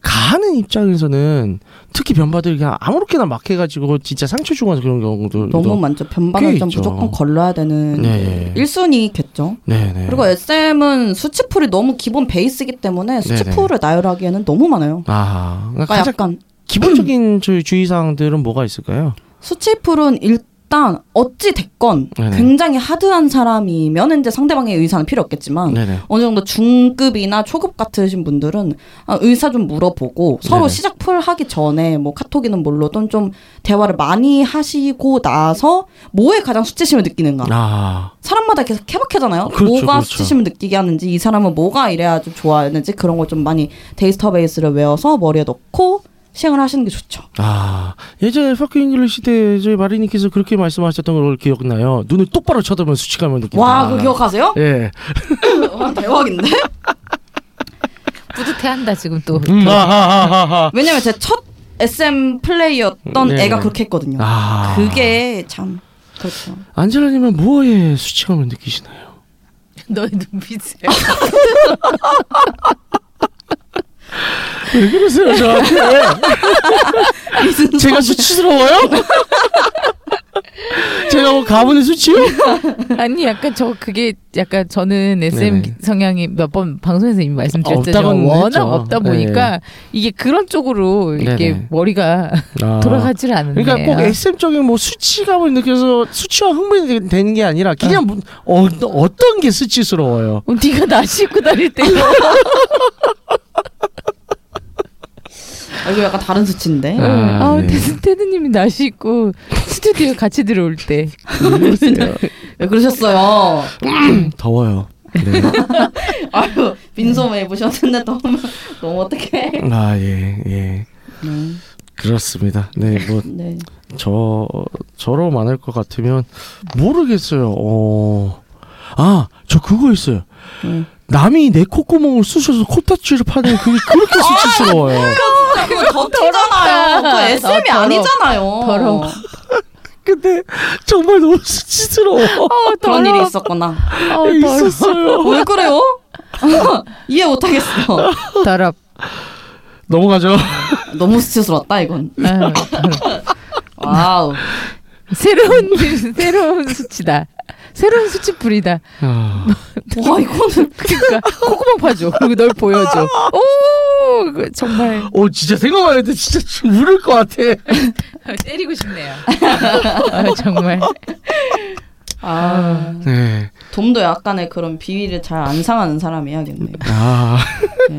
C: 가는 입장에서는 특히 변바들이가 아무렇게나 막 해가지고 진짜 상처 주고 와서 그런 경우도
B: 너무 많죠. 변반은
C: 꽤
B: 좀
C: 있죠.
B: 무조건 걸러야 되는
C: 네.
B: 일순위겠죠
C: 네네
B: 그리고 SM은 수치풀이 너무 기본 베이스이기 때문에 수치풀을 나열하기에는 너무 많아요.
C: 아
B: 그러니까
C: 네, 가장
B: 약간
C: 기본적인 저 주의사항들은 뭐가 있을까요?
B: 수치풀은 일단 어찌 됐건
C: 네네.
B: 굉장히 하드한 사람이면 이제 상대방의 의사는 필요 없겠지만
C: 네네
B: 어느 정도 중급이나 초급 같으신 분들은 아, 의사 좀 물어보고 서로
C: 네네.
B: 시작 풀하기 전에 뭐 카톡이든 뭘로든 좀 대화를 많이 하시고 나서 뭐에 가장 수치심을 느끼는가
C: 아
B: 사람마다 계속 케바케잖아요
C: 그렇죠,
B: 뭐가
C: 그렇죠.
B: 수치심을 느끼게 하는지 이 사람은 뭐가 이래야 좀 좋아하는지 그런 걸 좀 많이 데이터베이스를 외워서 머리에 넣고 시행을 하시는 게 좋죠
C: 아, 예전에 파크 잉글리시 때 저희 마리님께서 그렇게 말씀하셨던 걸 기억나요? 눈을 똑바로 쳐다보면 수치감을 느낀다.
B: 와 그거 기억하세요?
C: 예.
B: 와, 대박인데
D: 뿌듯해한다 지금 또.
C: 음, 아하하하하.
B: 왜냐면 제 첫 SM 플레이였던
C: 네.
B: 애가 그렇게 했거든요
C: 아.
B: 그게 참 그렇죠
C: 안젤라님은 무엇에 수치감을 느끼시나요?
D: 너의 눈빛을.
C: 왜 그러세요 저한테? 제가 수치스러워요? 제가 뭐 가문의 수치요?
D: 아니 약간 저 그게 약간 저는 SM
C: 네네.
D: 성향이 몇 번 방송에서 이미 말씀드렸잖아요.
C: 없다고는
D: 워낙
C: 했죠. 네.
D: 없다 보니까 이게 그런 쪽으로 이렇게
C: 네네.
D: 머리가
C: 아.
D: 돌아가질 않는데.
C: 그러니까 꼭 SM적인 뭐 수치감을 느껴서 수치와 흥분이 되는 게 아니라 그냥 뭐- 어, 어떤 게 수치스러워요?
D: 어, 네가 나 씻고 다닐 때
B: 아, 이거 약간 다른 수치인데
C: 아,
D: 아,
C: 네.
D: 테드, 테드님이 나 씻고 스튜디오 같이 들어올 때
B: 왜 그러셨어요?
C: 더워요. 네.
B: 아유 민소매 입으셨는데 너무 너무 어떡해?
C: 아, 예, 예.
B: 네,
C: 그렇습니다. 네, 뭐,
B: 네.
C: 저, 저로 많을 것 같으면, 모르겠어요. 어. 아, 저 그거 있어요.
B: 음.
C: 남이 내 콧구멍을 쑤셔서 코타치를 파는 그게 그렇게 수치스러워요.
B: 아, 진짜 그거 더티잖아요. 그
D: 더럽다.
B: SM이
D: 아, 더러워.
B: 아니잖아요.
D: 더러워.
C: 근데, 정말 너무 수치스러워.
D: 어,
B: 그런 일이
D: 더러워.
B: 있었구나.
C: 아,
D: 어, 더럽
C: 네, 있었어요.
B: 왜 그래요? 이해 못하겠어.
D: 더럽
C: 넘어가죠.
B: 너무 스트레스였다 이건.
D: 아유,
B: 와우.
D: 어. 새로운 새로운 수치다 새로운 수치풀이다
C: 아,
B: 와 이거는
D: 그러니까 콧구멍 파줘 그리고 널 보여줘 오 그거 정말
C: 오, 어, 진짜 생각만 해도 진짜 울을 것 같아.
D: 때리고 싶네요 아, 정말
B: 아
C: 네.
B: 돔도 약간의 그런 비위를 잘 안 상하는 사람이야겠네요.
C: 아,
B: 네,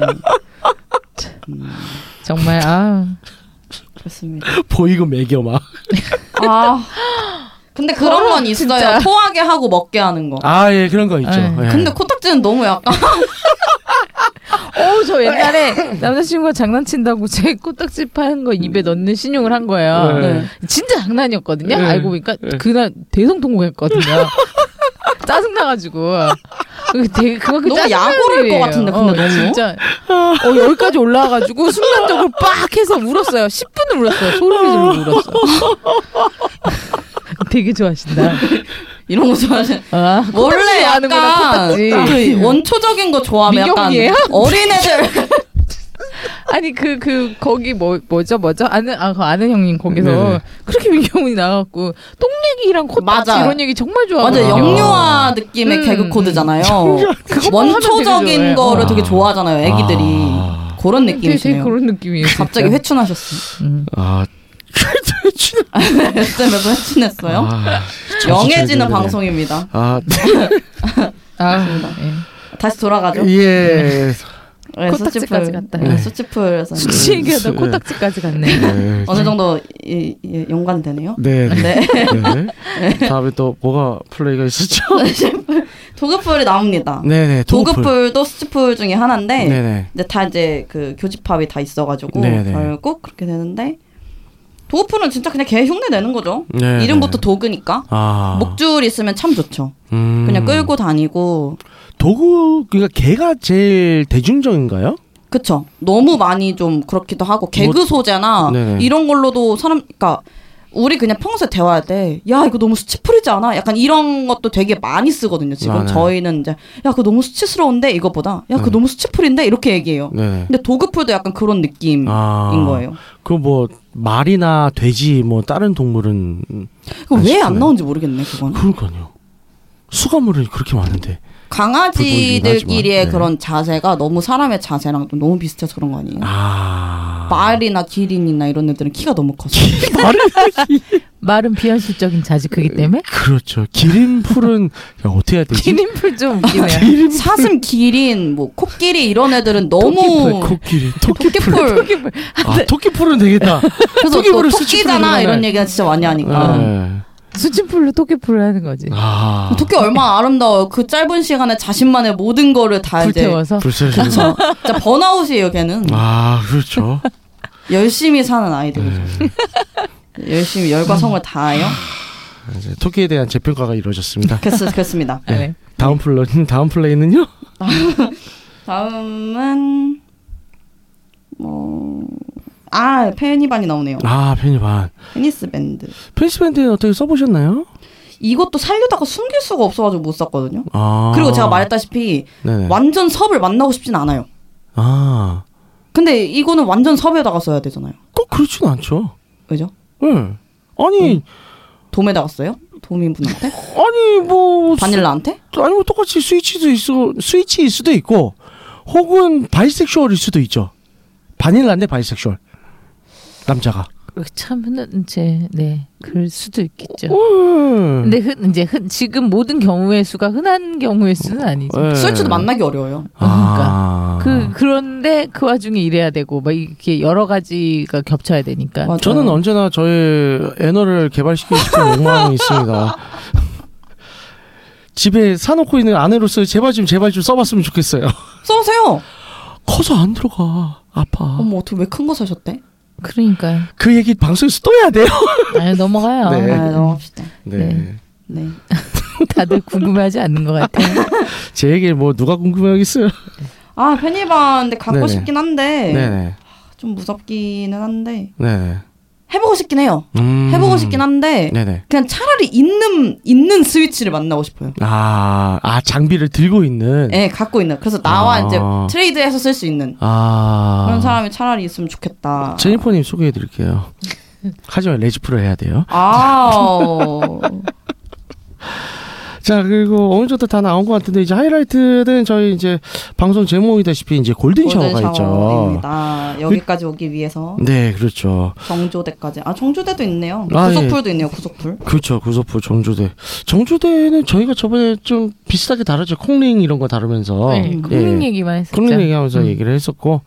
D: 정말 아
B: 그렇습니다.
C: 보이고 매겨 막.
B: 아 근데 그런 건 있어요.
D: 진짜.
B: 토하게 하고 먹게 하는 거.
C: 아, 예, 그런 거 있죠.
D: 네.
C: 예.
B: 근데 코딱지는 너무 약간
D: 오, 어, 저 옛날에 남자친구가 장난친다고 제 코딱지 파는 거 입에 넣는 신용을 한 거예요.
C: 네.
D: 진짜 장난이었거든요.
C: 네.
D: 알고 보니까
C: 네.
D: 그날 대성통곡했거든요. 짜증나가지고. 그 되게 그거
B: 너무 야구를 것 같은데, 근데 너무?
D: 진짜 어, 여기까지 올라와가지고 순간적으로 빡 해서 울었어요. 10분을 울었어요. 소름이 르고 울었어. 되게 좋아하신다.
B: 이런 거 좋아하시는
D: 아,
B: 원래 약간
D: 아는구나, 코딱지.
B: 그 원초적인 거 좋아하면 약간
D: 민경이에요?
B: 어린애들
D: 아니 그 그 거기 뭐 뭐죠 뭐죠 아는 아그 아는 형님 거기서
C: 네네.
D: 그렇게 민경훈이 나갔고 똥 얘기랑 코딱지
B: 맞아.
D: 이런 얘기 정말
B: 완전
D: 좋아하거든요.
B: 영유아 느낌의
D: 어, 음,
B: 개그 코드잖아요.
D: 그것만 하면 되게
B: 원초적인
D: 좋아요. 네,
B: 거를
C: 아.
B: 되게 좋아하잖아요, 애기들이
C: 아.
B: 그런
D: 되게, 되게
B: 느낌이시네요.
D: 그런 느낌이에요.
B: 갑자기
D: 진짜.
B: 회춘하셨어.
D: 음.
C: 아, 해치는
B: 진짜 몇번 해친했어요.
C: 아,
B: 네, 영해지는
C: 정신 차려야 되네.
B: 방송입니다.
C: 아,
D: 아, 예.
B: 다시 돌아가죠.
C: 예.
B: 네,
D: 코딱지까지 갔다.
B: 네, 수치풀에서 이제
D: 수치 얘기하다
C: 네.
D: 코딱지까지 갔네.
C: 네.
B: 어느 정도 이, 이 연관되네요.
C: 네. 네.
B: 네.
C: 네. 다음에 또 뭐가 플레이가 있었죠?
B: 도그풀이 나옵니다.
C: 네, 네.
B: 도그풀도 수치풀 중에 하나인데
C: 네, 네.
B: 이제 다 이제 그 교집합이 다 있어가지고
C: 네네.
B: 결국 그렇게 되는데 도그풀은 진짜 그냥 개 흉내 내는 거죠.
C: 네.
B: 이름부터 도그니까
C: 아.
B: 목줄 있으면 참 좋죠.
C: 음.
B: 그냥 끌고 다니고
C: 도구 그러니까 개가 제일 대중적인가요?
B: 그쵸. 너무 많이 좀 그렇기도 하고 개그 소재나
C: 뭐 네네.
B: 이런 걸로도 사람, 그러니까 우리 그냥 평소에 대화할 때, 야 이거 너무 수치풀이지 않아? 약간 이런 것도 되게 많이 쓰거든요. 지금
C: 아, 네.
B: 저희는 이제 야 그거 너무 수치스러운데 이거보다 야 그거
C: 네.
B: 너무 수치풀인데 이렇게 얘기해요.
C: 네.
B: 근데 도그풀도 약간 그런 느낌인
C: 아.
B: 거예요.
C: 그뭐 말이나 돼지 뭐 다른 동물은
B: 그 왜 안
C: 아쉽네.
B: 나오는지 모르겠네 그건.
C: 그러니까요. 수가물이 그렇게 많은데.
B: 강아지들끼리의
C: 하지만, 네.
B: 그런 자세가 너무 사람의 자세랑 좀 너무 비슷해서 그런 거 아니에요?
C: 아.
B: 말이나 기린이나 이런 애들은 키가 너무 커서.
D: 말은 비현실적인 자식이기 때문에
C: 그렇죠. 기린풀은 야, 어떻게 해야 되지?
D: 기린풀 좀
B: 아,
D: 웃기네요.
B: 사슴 기린 뭐 코끼리 이런 애들은
C: 토끼풀,
B: 너무
C: 코끼리, 토끼풀.
B: 토끼풀
D: 뭐
B: 네.
C: 아, 토끼풀은 되겠다.
B: 그래서
C: 토끼풀을
B: 또
C: 수출하는
B: 토끼잖아
C: 거네.
B: 이런 얘기는 진짜 많이 하니까
C: 네.
D: 수진풀로 토끼풀을 하는 거지.
C: 아.
B: 토끼 얼마나 아름다워요 그 짧은 시간에 자신만의 모든 거를 다 아, 이제
D: 불태워서
C: 불쌍해서.
B: 진짜 번아웃이에요 걔는
C: 아, 그렇죠.
B: 열심히 사는 아이들이죠
C: 네.
B: 열심히 열과 성을 다해요
C: 이제 토끼에 대한 재평가가 이루어졌습니다.
B: 그랬, 그랬습니다
D: 네.
C: 다음 플레이 다음 플레이는요?
B: 다음은 뭐, 뭐아 페니반이 나오네요
C: 아, 페니반.
B: 페니스 밴드
C: 페니스밴드는 어떻게 써보셨나요?
B: 이것도 살려다가 숨길 수가 없어가지고 못 샀거든요
C: 아.
B: 그리고 제가 말했다시피
C: 네네.
B: 완전 섭을 만나고 싶진 않아요.
C: 아.
B: 근데 이거는 완전 섭에다가 써야 되잖아요.
C: 꼭 그렇진 않죠.
B: 그죠?
C: 예.
B: 음.
C: 아니,
B: 돔에다가 써요? 돔인분한테?
C: 아니 뭐
B: 바닐라한테?
C: 수- 아니 뭐 똑같이 스위치도 있어 스위치일 수도 있고 혹은 바이섹슈얼일 수도 있죠. 바닐라인데 바이섹슈얼 남자가.
D: 그 참 흔한 제, 네, 그럴 수도
C: 어,
B: 어,
D: 있겠죠.
C: 음.
D: 근데
B: 네.
D: 흔 이제 흔 지금 모든 경우의 수가 흔한 경우의 수는 아니죠.
C: 예.
B: 스위치도 만나기 그러니까. 어려워요.
C: 아.
D: 그 그런데 그 와중에 일해야 되고 막 이렇게 여러 가지가 겹쳐야 되니까.
B: 맞아요.
C: 네, 저는 언제나 저의 애너를 개발시키고 싶은 욕망이 있습니다. 집에 사놓고 있는 아내로서 제발 좀 제발 좀 써봤으면 좋겠어요.
B: 써보세요!
C: 커서 안 들어가 아파.
B: 어머, 어떻게 왜 큰 거 사셨대?
D: 그러니까요.
C: 그 얘기 방송에서 또 해야 돼요.
D: 아, 넘어가요.
C: 네.
B: 아, 넘어갑시다.
D: 네.
B: 네.
D: 다들 궁금해하지 않는 것 같아요.
C: 제 얘기 뭐 누가 궁금해하겠어요?
B: 아, 페니반, 근데 갖고
C: 네네.
B: 싶긴 한데,
C: 네네.
B: 좀 무섭기는 한데,
C: 네네.
B: 해보고 싶긴 해요.
C: 음.
B: 해보고 싶긴 한데,
C: 네네.
B: 그냥 차라리 있는, 있는 스위치를 만나고 싶어요.
C: 아, 아 장비를 들고 있는.
B: 예, 갖고 있는. 그래서 나와
C: 네. 아.
B: 이제 트레이드해서 쓸 수 있는.
C: 아.
B: 그런 사람이 차라리 있으면 좋겠다.
C: 제니퍼님 소개해드릴게요. 하지만 레지프를 해야 돼요.
B: 아, 어.
C: 자 그리고 어느 정도 다 나온 것 같은데 이제 하이라이트는 저희 이제 방송 제목이다시피 이제 골든 샤워가
B: 골든
C: 있죠.
B: 샤워입니다. 여기까지 오기 위해서
C: 네, 그렇죠.
B: 정조대까지. 아, 정조대도 있네요.
C: 아,
B: 구석풀도 있네요. 구석풀.
C: 그렇죠. 구소프 정조대. 정조대는 저희가 저번에 좀 비슷하게 다뤘죠. 콩링 이런 거 다루면서.
D: 네, 국민
C: 예.
D: 얘기만 했었죠.
C: 그런 얘기하면서
D: 음.
C: 얘기를 했었고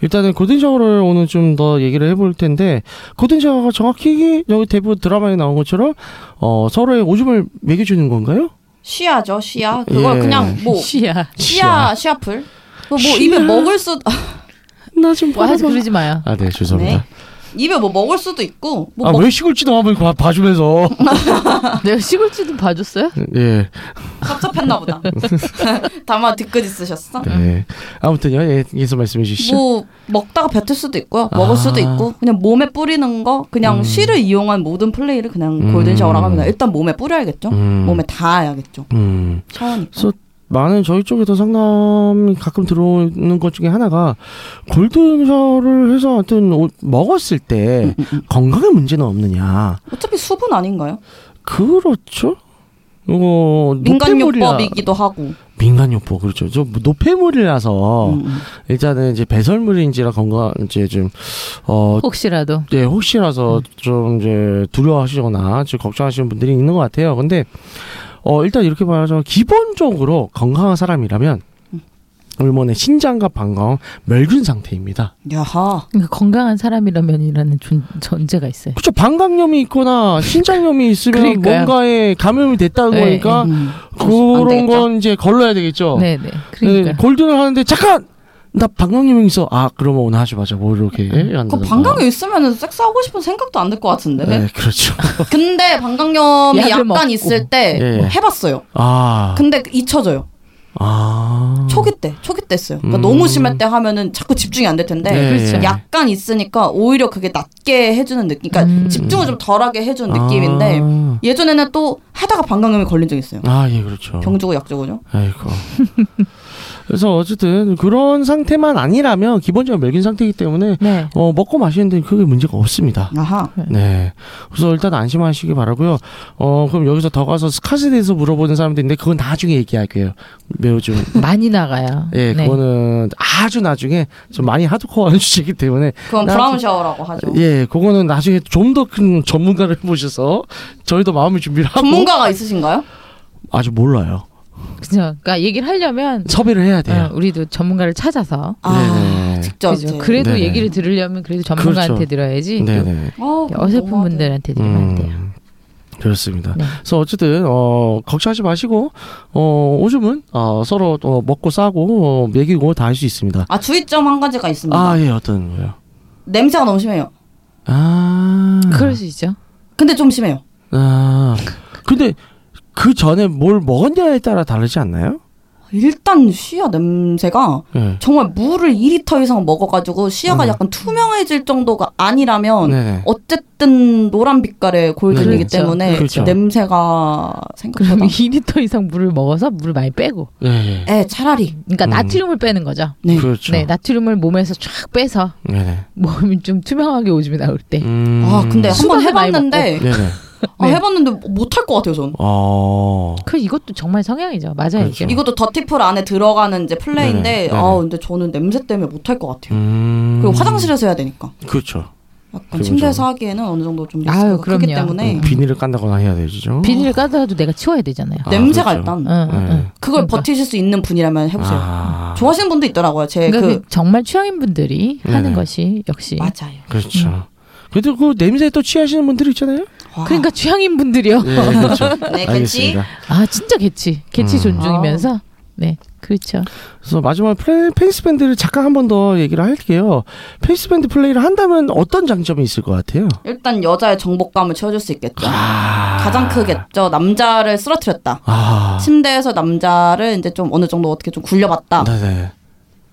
C: 일단은 고든 샤워를 오늘 좀 더 얘기를 해볼 텐데 고든 샤워가 정확히 여기 대부 드라마에 나온 것처럼 어 서로의 오줌을 먹여주는 건가요?
B: 씨앗죠, 씨앗. 그걸
C: 예.
B: 그냥 뭐
D: 시야.
B: 씨앗, 씨앗풀. 그뭐
C: 씨앗.
B: 입에 먹을 수 아,
C: 나좀
D: 와, 하지 그러지 마요.
C: 아 네 죄송합니다.
B: 네. 입에 뭐 먹을 수도 있고 뭐
C: 아
B: 먹,
C: 왜 시골지도 한번 봐- 봐주면서
D: 내가 시골지도 봐줬어요?
C: 예
B: 섭섭했나 보다. 다만 뒤끝 있으셨어.
C: 네. 아무튼요 예, 계속 말씀해 주시죠.
B: 음. 뭐 먹다가 뱉을 수도 있고요. 먹을
C: 아.
B: 수도 있고 그냥 몸에 뿌리는 거 그냥 씨를 이용한 모든 플레이를 그냥
C: 음.
B: 골든 샤워라고 합니다. 일단 몸에 뿌려야겠죠.
C: 음.
B: 몸에 닿아야겠죠.
C: 음.
B: 샤워니까.
C: 그래서 많은 저희 쪽에도 상담이 가끔 들어오는 것 중에 하나가 골든 샤워를 해서 하여튼 오- 먹었을 음,
B: 음.
C: 때 건강에 문제는 없느냐.
B: 어차피 수분 아닌가요?
C: 그렇죠. 이거
B: 민간요법이기도 하고.
C: 민간요법 그렇죠. 저 노폐물이라서
B: 음, 음.
C: 일단은 이제 배설물인지라 건강 이제 좀어
D: 혹시라도
C: 예, 혹시라서 좀 이제 두려워하시거나 좀 걱정하시는 분들이 있는 것 같아요. 근데 어 일단 이렇게 말하자면 기본적으로 건강한 사람이라면
B: 음.
C: 울몬의 신장과 방광 멸균 상태입니다.
B: 야하.
D: 그러니까 건강한 사람이라면이라는 존, 전제가 있어요.
C: 그렇죠. 방광염이 있거나 신장염이 있으면
D: 그러니까요.
C: 뭔가에 감염이 됐다는
D: 네.
C: 거니까
B: 음. 안
C: 그런
B: 되겠죠.
C: 건 이제 걸러야 되겠죠.
D: 네네.
C: 네,
D: 그러니까
C: 골든을 하는데 잠깐 나 방광염이 있어. 아 그러면 오늘 하지 마자. 뭐 이렇게
B: 그
C: 한다든가.
B: 방광이 있으면 섹스하고 싶은 생각도 안 들 것 같은데.
C: 네 그렇죠.
B: 근데 방광염이
D: 약을
B: 약간
D: 먹고.
B: 있을 때
C: 예.
B: 해봤어요.
C: 아
B: 근데 잊혀져요.
C: 아.
B: 초기 때, 초기 때 했어요. 그러니까
C: 음.
B: 너무 심할 때 하면은 자꾸 집중이 안 될 텐데
C: 네, 그렇죠.
B: 약간 있으니까 오히려 그게 낮게 해주는 느낌. 그러니까
D: 음.
B: 집중을 좀 덜하게 해주는
C: 아.
B: 느낌인데 예전에는 또 하다가 방광염에 걸린 적 있어요.
C: 아, 예, 그렇죠.
B: 병 주고 약 주고죠.
C: 아이고. 그래서 어쨌든 그런 상태만 아니라면 기본적으로 멸균 상태이기 때문에
D: 네.
C: 어, 먹고 마시는데 그게 문제가 없습니다.
B: 아하.
C: 네. 그래서 일단 안심하시기 바라고요. 어, 그럼 여기서 더 가서 스카스에 대해서 물어보는 사람도 있는데 그건 나중에 얘기할게요. 매우 좀
D: 많이 나가요.
C: 예,
D: 네.
C: 그거는 아주 나중에 좀 많이 하드코어한 주제이기 때문에
B: 그건
C: 나-
B: 브라운 샤워라고 하죠.
C: 예, 그거는 나중에 좀 더 큰 전문가를 모셔서 저희도 마음의 준비를 하고
B: 전문가가 있으신가요?
C: 아주 몰라요.
D: 그죠. 그러니까 얘기를 하려면
C: 섭외를 해야 돼요.
D: 어, 우리도 전문가를 찾아서
B: 아,
C: 네네.
B: 직접.
D: 그죠.
B: 이제.
D: 그래도
C: 네네.
D: 얘기를 들으려면 그래도 전문가한테
C: 그렇죠.
D: 들어야지. 또
C: 네네. 음.
B: 어,
D: 어설픈
B: 너무하다.
D: 분들한테 들으면 안 돼요.
C: 그렇습니다.
D: 네.
C: 그래서 어쨌든 어 걱정하지 마시고 어 오줌은 어 서로 어, 먹고 싸고 어, 먹이고 다 할 수 있습니다.
B: 아, 주의점 한 가지가
D: 음.
B: 있습니다.
C: 아 예 어떤 거요?
B: 냄새가 너무 심해요.
C: 아
B: 음.
D: 그럴 수 있죠.
B: 근데 좀 심해요.
C: 아 근데 그 전에 뭘 먹었냐에 따라 다르지 않나요?
B: 일단 시야 냄새가
C: 네.
B: 정말 물을 2리터 이상 먹어가지고 시야가
C: 음.
B: 약간 투명해질 정도가
D: 어.
B: 아니라면
C: 네네.
B: 어쨌든 노란 빛깔의 골든이기
D: 그렇죠.
B: 때문에
C: 그렇죠.
B: 냄새가
D: 그럼
B: 생각보다
D: 2리터 이상 물을 먹어서 물을 많이 빼고.
C: 예, 예.
B: 예 차라리
D: 그러니까
C: 음.
D: 나트륨을 빼는 거죠.
B: 네.
C: 그렇죠.
D: 네, 나트륨을 몸에서 쫙 빼서
C: 네네.
D: 몸이 좀 투명하게 오줌이 나올 때.
C: 음...
B: 아 근데 한 번
D: 수박을 많이
B: 해봤는데
C: 네네.
B: 아,
D: 네.
B: 해봤는데 못할 것 같아요 전
C: 어.
D: 그 이것도 정말 성향이죠. 맞아요.
C: 그렇죠.
D: 이게.
B: 이것도 더티풀 안에 들어가는 이제
C: 네네,
B: 플레이인데
C: 네네.
B: 아 근데 저는 냄새 때문에 못할 것 같아요
C: 음.
B: 그리고 화장실에서 해야 되니까
C: 그렇죠.
B: 약간
C: 그리고
B: 침대에서 하기에는 어느 정도 좀
D: 아유,
B: 리스크가 크기
D: 그럼요.
B: 때문에
D: 음.
C: 비닐을 깐다거나 해야
B: 음.
C: 되죠.
D: 비닐을 까더라도 내가 치워야 되잖아요.
C: 아,
B: 냄새가
C: 그렇죠.
B: 일단
D: 응, 응, 응.
B: 그걸
D: 그러니까.
B: 버티실 수 있는 분이라면 해보세요
C: 아.
B: 좋아하시는 분도 있더라고요 제
D: 그러니까
B: 그
D: 그 정말 취향인 분들이 하는
C: 네네.
D: 것이 역시.
B: 맞아요
C: 그렇죠.
B: 음.
C: 그래도 그 냄새 또 취하시는 분들 있잖아요.
B: 와.
D: 그러니까 취향인 분들이요.
C: 예, 그렇죠.
B: 네,
C: 알겠습니다.
D: 아 진짜 개치, 개치
C: 음.
D: 존중이면서. 네, 그렇죠.
C: 그래서 마지막 페이스밴드를 잠깐 한 번 더 얘기를 할게요. 페이스밴드 플레이를 한다면 어떤 장점이 있을 것 같아요?
B: 일단 여자의 정복감을 채워줄 수 있겠죠.
C: 아.
B: 가장 크겠죠. 남자를 쓰러뜨렸다.
C: 아.
B: 침대에서 남자를 이제 좀 어느 정도 어떻게 좀 굴려봤다.
C: 네네.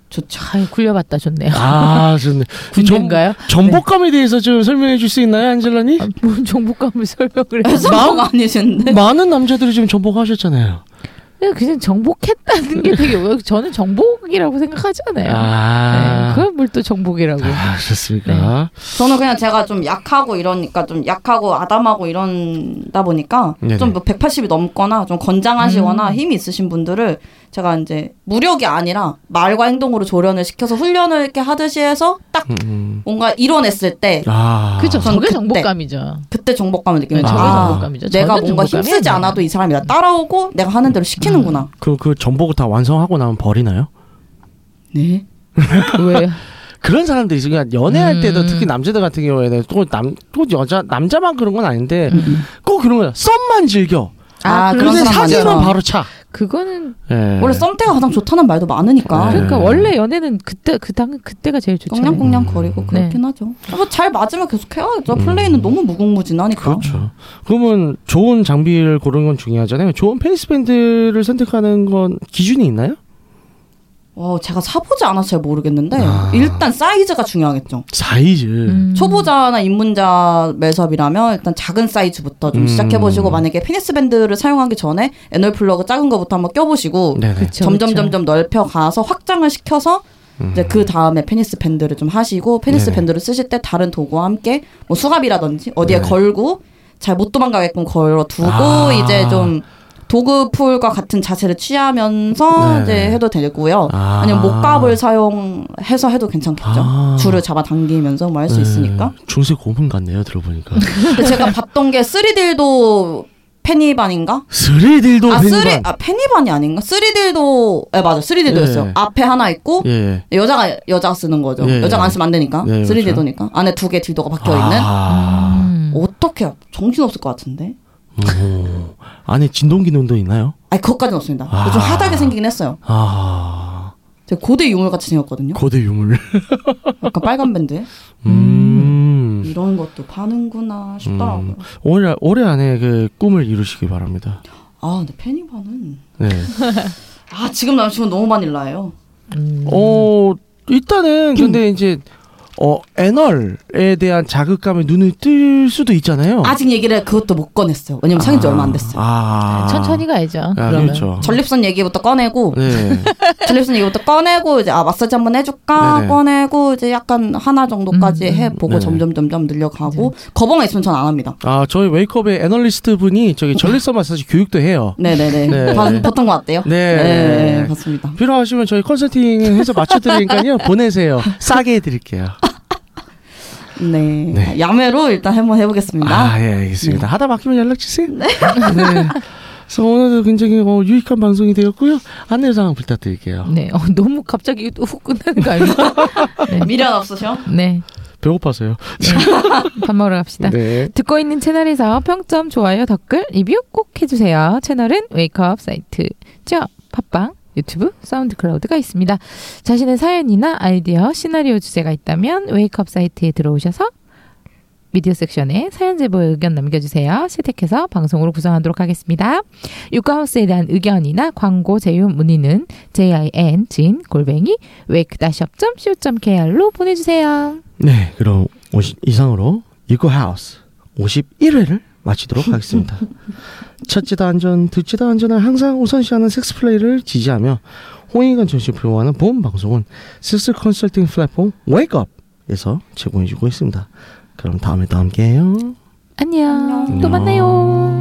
B: 좋죠.
D: 아 굴려봤다 좋네요.
C: 아, 좋네.
D: 군대인가요?
B: 네.
C: 전복감에 대해서 좀 설명해 줄 수 있나요, 안젤라니?
D: 아, 뭔 정복감을 설명을
B: 아,
D: 해서
B: 성공 아니신데.
C: 많은 남자들이 지금 전복하셨잖아요.
D: 그냥, 그냥 정복했다는 게 되게 왜- 저는 정복이라고 생각하지 않아요. 네,
C: 아.
D: 그걸 뭐. 네. 뭘 또 정복이라고.
C: 아, 그렇습니까?
B: 저는 그냥 제가 좀 약하고 이러니까 좀 약하고 아담하고 이런다 보니까
C: 네네.
B: 좀 뭐 180이 넘거나 좀 건장하시거나
D: 음.
B: 힘이 있으신 분들을 제가 이제 무력이 아니라 말과 행동으로 조련을 시켜서 훈련을 이렇게 하듯이 해서 딱
C: 음, 음.
B: 뭔가 이뤄냈을 때
C: 아.
D: 그죠?
B: 저는
D: 저게
B: 그때.
D: 정복감이죠.
B: 그때 정복감을 느끼는
D: 네,
B: 거죠.
C: 저게
B: 아,
D: 정복감이죠.
B: 내가
D: 저는
B: 뭔가
D: 정복감이
B: 힘쓰지
D: 아니에요. 음.
B: 않아도 이 사람이 나 따라오고 내가 하는 대로 시키는구나.
C: 그, 그 전복을 다 완성하고 나면 버리나요?
B: 네.
D: 왜?
C: 그런 사람들이 있어요. 그러니까 연애할
D: 음.
C: 때도 특히 남자들 같은 경우에는 또 남, 또 여자, 남자만 그런 건 아닌데 꼭 그런 거야. 썸만 즐겨.
D: 음, 아,
B: 아,
D: 그런
B: 그런
C: 근데
B: 사람
C: 사진은
B: 많죠.
C: 바로 차.
D: 그거는
C: 예.
B: 원래 썸때가 가장 좋다는 말도 많으니까
C: 네.
D: 그러니까 원래 연애는 그때 그당 그때가 제일 좋잖아요.
B: 꽁냥꽁냥
C: 음.
B: 거리고
C: 네.
B: 그렇긴 하죠. 뭐 잘 맞으면 계속 해야겠죠. 플레이는 너무 무궁무진하니까.
C: 그렇죠. 그러면 좋은 장비를 고르는 건 중요하잖아요. 좋은 페이스밴드를 선택하는 건 기준이 있나요?
B: 어, 제가 사보지 않아서 잘 모르겠는데
C: 아.
B: 일단 사이즈가 중요하겠죠.
C: 사이즈.
D: 음.
B: 초보자나 입문자 매섭이라면 일단 작은 사이즈부터 좀
C: 음.
B: 시작해보시고 만약에 피니스 밴드를 사용하기 전에 애널 플러그 작은 거부터 한번 껴보시고
C: 네네.
D: 그쵸,
B: 점점
D: 그쵸.
B: 점점 넓혀 가서 확장을 시켜서 이제 그 다음에 페니스 밴드를 좀 하시고 페니스
C: 네네.
B: 밴드를 쓰실 때 다른 도구와 함께 뭐 수갑이라든지 어디에
C: 네네.
B: 걸고 잘 못 도망가게끔 걸어 두고
C: 아.
B: 이제 좀 도구풀과 같은 자세를 취하면서
C: 네.
B: 이제 해도 되고요.
C: 아.
B: 아. 니면 목갑을 사용해서 해도 괜찮겠죠.
C: 아.
B: 줄을 잡아당기면서 뭐 할 수
C: 네.
B: 있으니까.
C: 중세 고문 같네요 들어보니까
B: 근데 제가 봤던 게 3D도 페니반인가?
C: 스릴딜도
B: 아, 쓰리,
C: 밴드반.
B: 아, 페니반이 아닌가? 3D도, 예, 맞아. 3D도였어요.
C: 예.
B: 앞에 하나 있고,
C: 예.
B: 여자가, 여자가 쓰는 거죠.
C: 예,
B: 여자가
C: 예.
B: 안 쓰면 안 되니까.
C: 예, 그렇죠.
B: 3D도니까. 안에 두 개 딜도가 박혀있는.
C: 아.
D: 음.
B: 어떻게, 정신없을 것 같은데?
C: 오. 안에 진동 기능도 있나요?
B: 아니, 그것까지는 없습니다.
C: 아.
B: 좀 하다게 생기긴 했어요.
C: 아.
B: 제가 고대 유물같이 생겼거든요.
C: 고대 유물.
B: 약간 빨간 밴드.
C: 음.
B: 이런 것도 파는구나 싶더라고요.
C: 음. 올해 올해 안에 그 꿈을 이루시기 바랍니다.
B: 아, 근데 페니반은.
C: 네.
B: 아, 지금 남친은 너무 바닐라예요.
C: 어
B: 음.
C: 일단은 근데 이제 어 애널에 대한 자극감에 눈을 뜰 수도 있잖아요.
B: 아직 얘기를 그것도 못 꺼냈어요. 왜냐면 사귄 지 얼마 안 됐어요.
C: 아.
D: 천천히 가야죠.
C: 아,
D: 그러면.
C: 그렇죠.
B: 전립선 얘기부터 꺼내고,
C: 네.
B: 전립선 얘기부터 꺼내고 이제 아 마사지 한번 해줄까
C: 네네.
B: 꺼내고 이제 약간 하나 정도까지 해보고
C: 네네.
B: 점점 점점 늘려가고 거봉에 있으면 전 안 합니다.
C: 아 저희 웨이크업의 애널리스트 분이 저기 전립선 마사지 교육도 해요.
B: 네네네.
C: 네.
B: 바, 보통 것 같대요.
C: 네.
B: 네, 맞습니다.
C: 필요하시면 저희 컨설팅해서 맞춰드리니까요 보내세요. 싸게 해드릴게요.
B: 네.
C: 네.
B: 야매로 일단 한번 해보겠습니다.
C: 아, 예, 알겠습니다. 하다 막히면 연락 주세요. 네. 그래서 오늘도 굉장히 어, 유익한 방송이 되었고요. 안내 사항 부탁드릴게요.
D: 네. 어, 너무 갑자기 또 훅 끝나는 거 아니에요?
B: 미련 없으셔?
D: 네.
C: 배고파서요.
D: 밥 먹으러 갑시다.
C: 네.
D: 듣고 있는 채널에서 평점, 좋아요, 댓글, 리뷰 꼭 해주세요. 채널은 웨이크업 사이트, 죠 팟빵, 유튜브, 사운드 클라우드가 있습니다. 자신의 사연이나 아이디어, 시나리오 주제가 있다면 웨이크업 사이트에 들어오셔서 미디어 섹션에 사연 제보 의견 남겨주세요. 채택해서 방송으로 구성하도록 하겠습니다. 유카하우스에 대한 의견이나 광고 제휴 문의는 jin 진 골뱅이 wake-up.co.kr로 보내주세요.
C: 네, 그럼 50 이상으로 이거 하우스 51회를 마치도록 하겠습니다. 첫째다 안전, 둘째다 안전을 항상 우선시하는 섹스플레이를 지지하며 홍익관 전시 프로와는 보험 방송은 섹스 컨설팅 플랫폼 웨이크업에서 제공해주고 있습니다. 그럼 다음에 또 함께해요.
D: 안녕.
B: 안녕.
D: 또 만나요.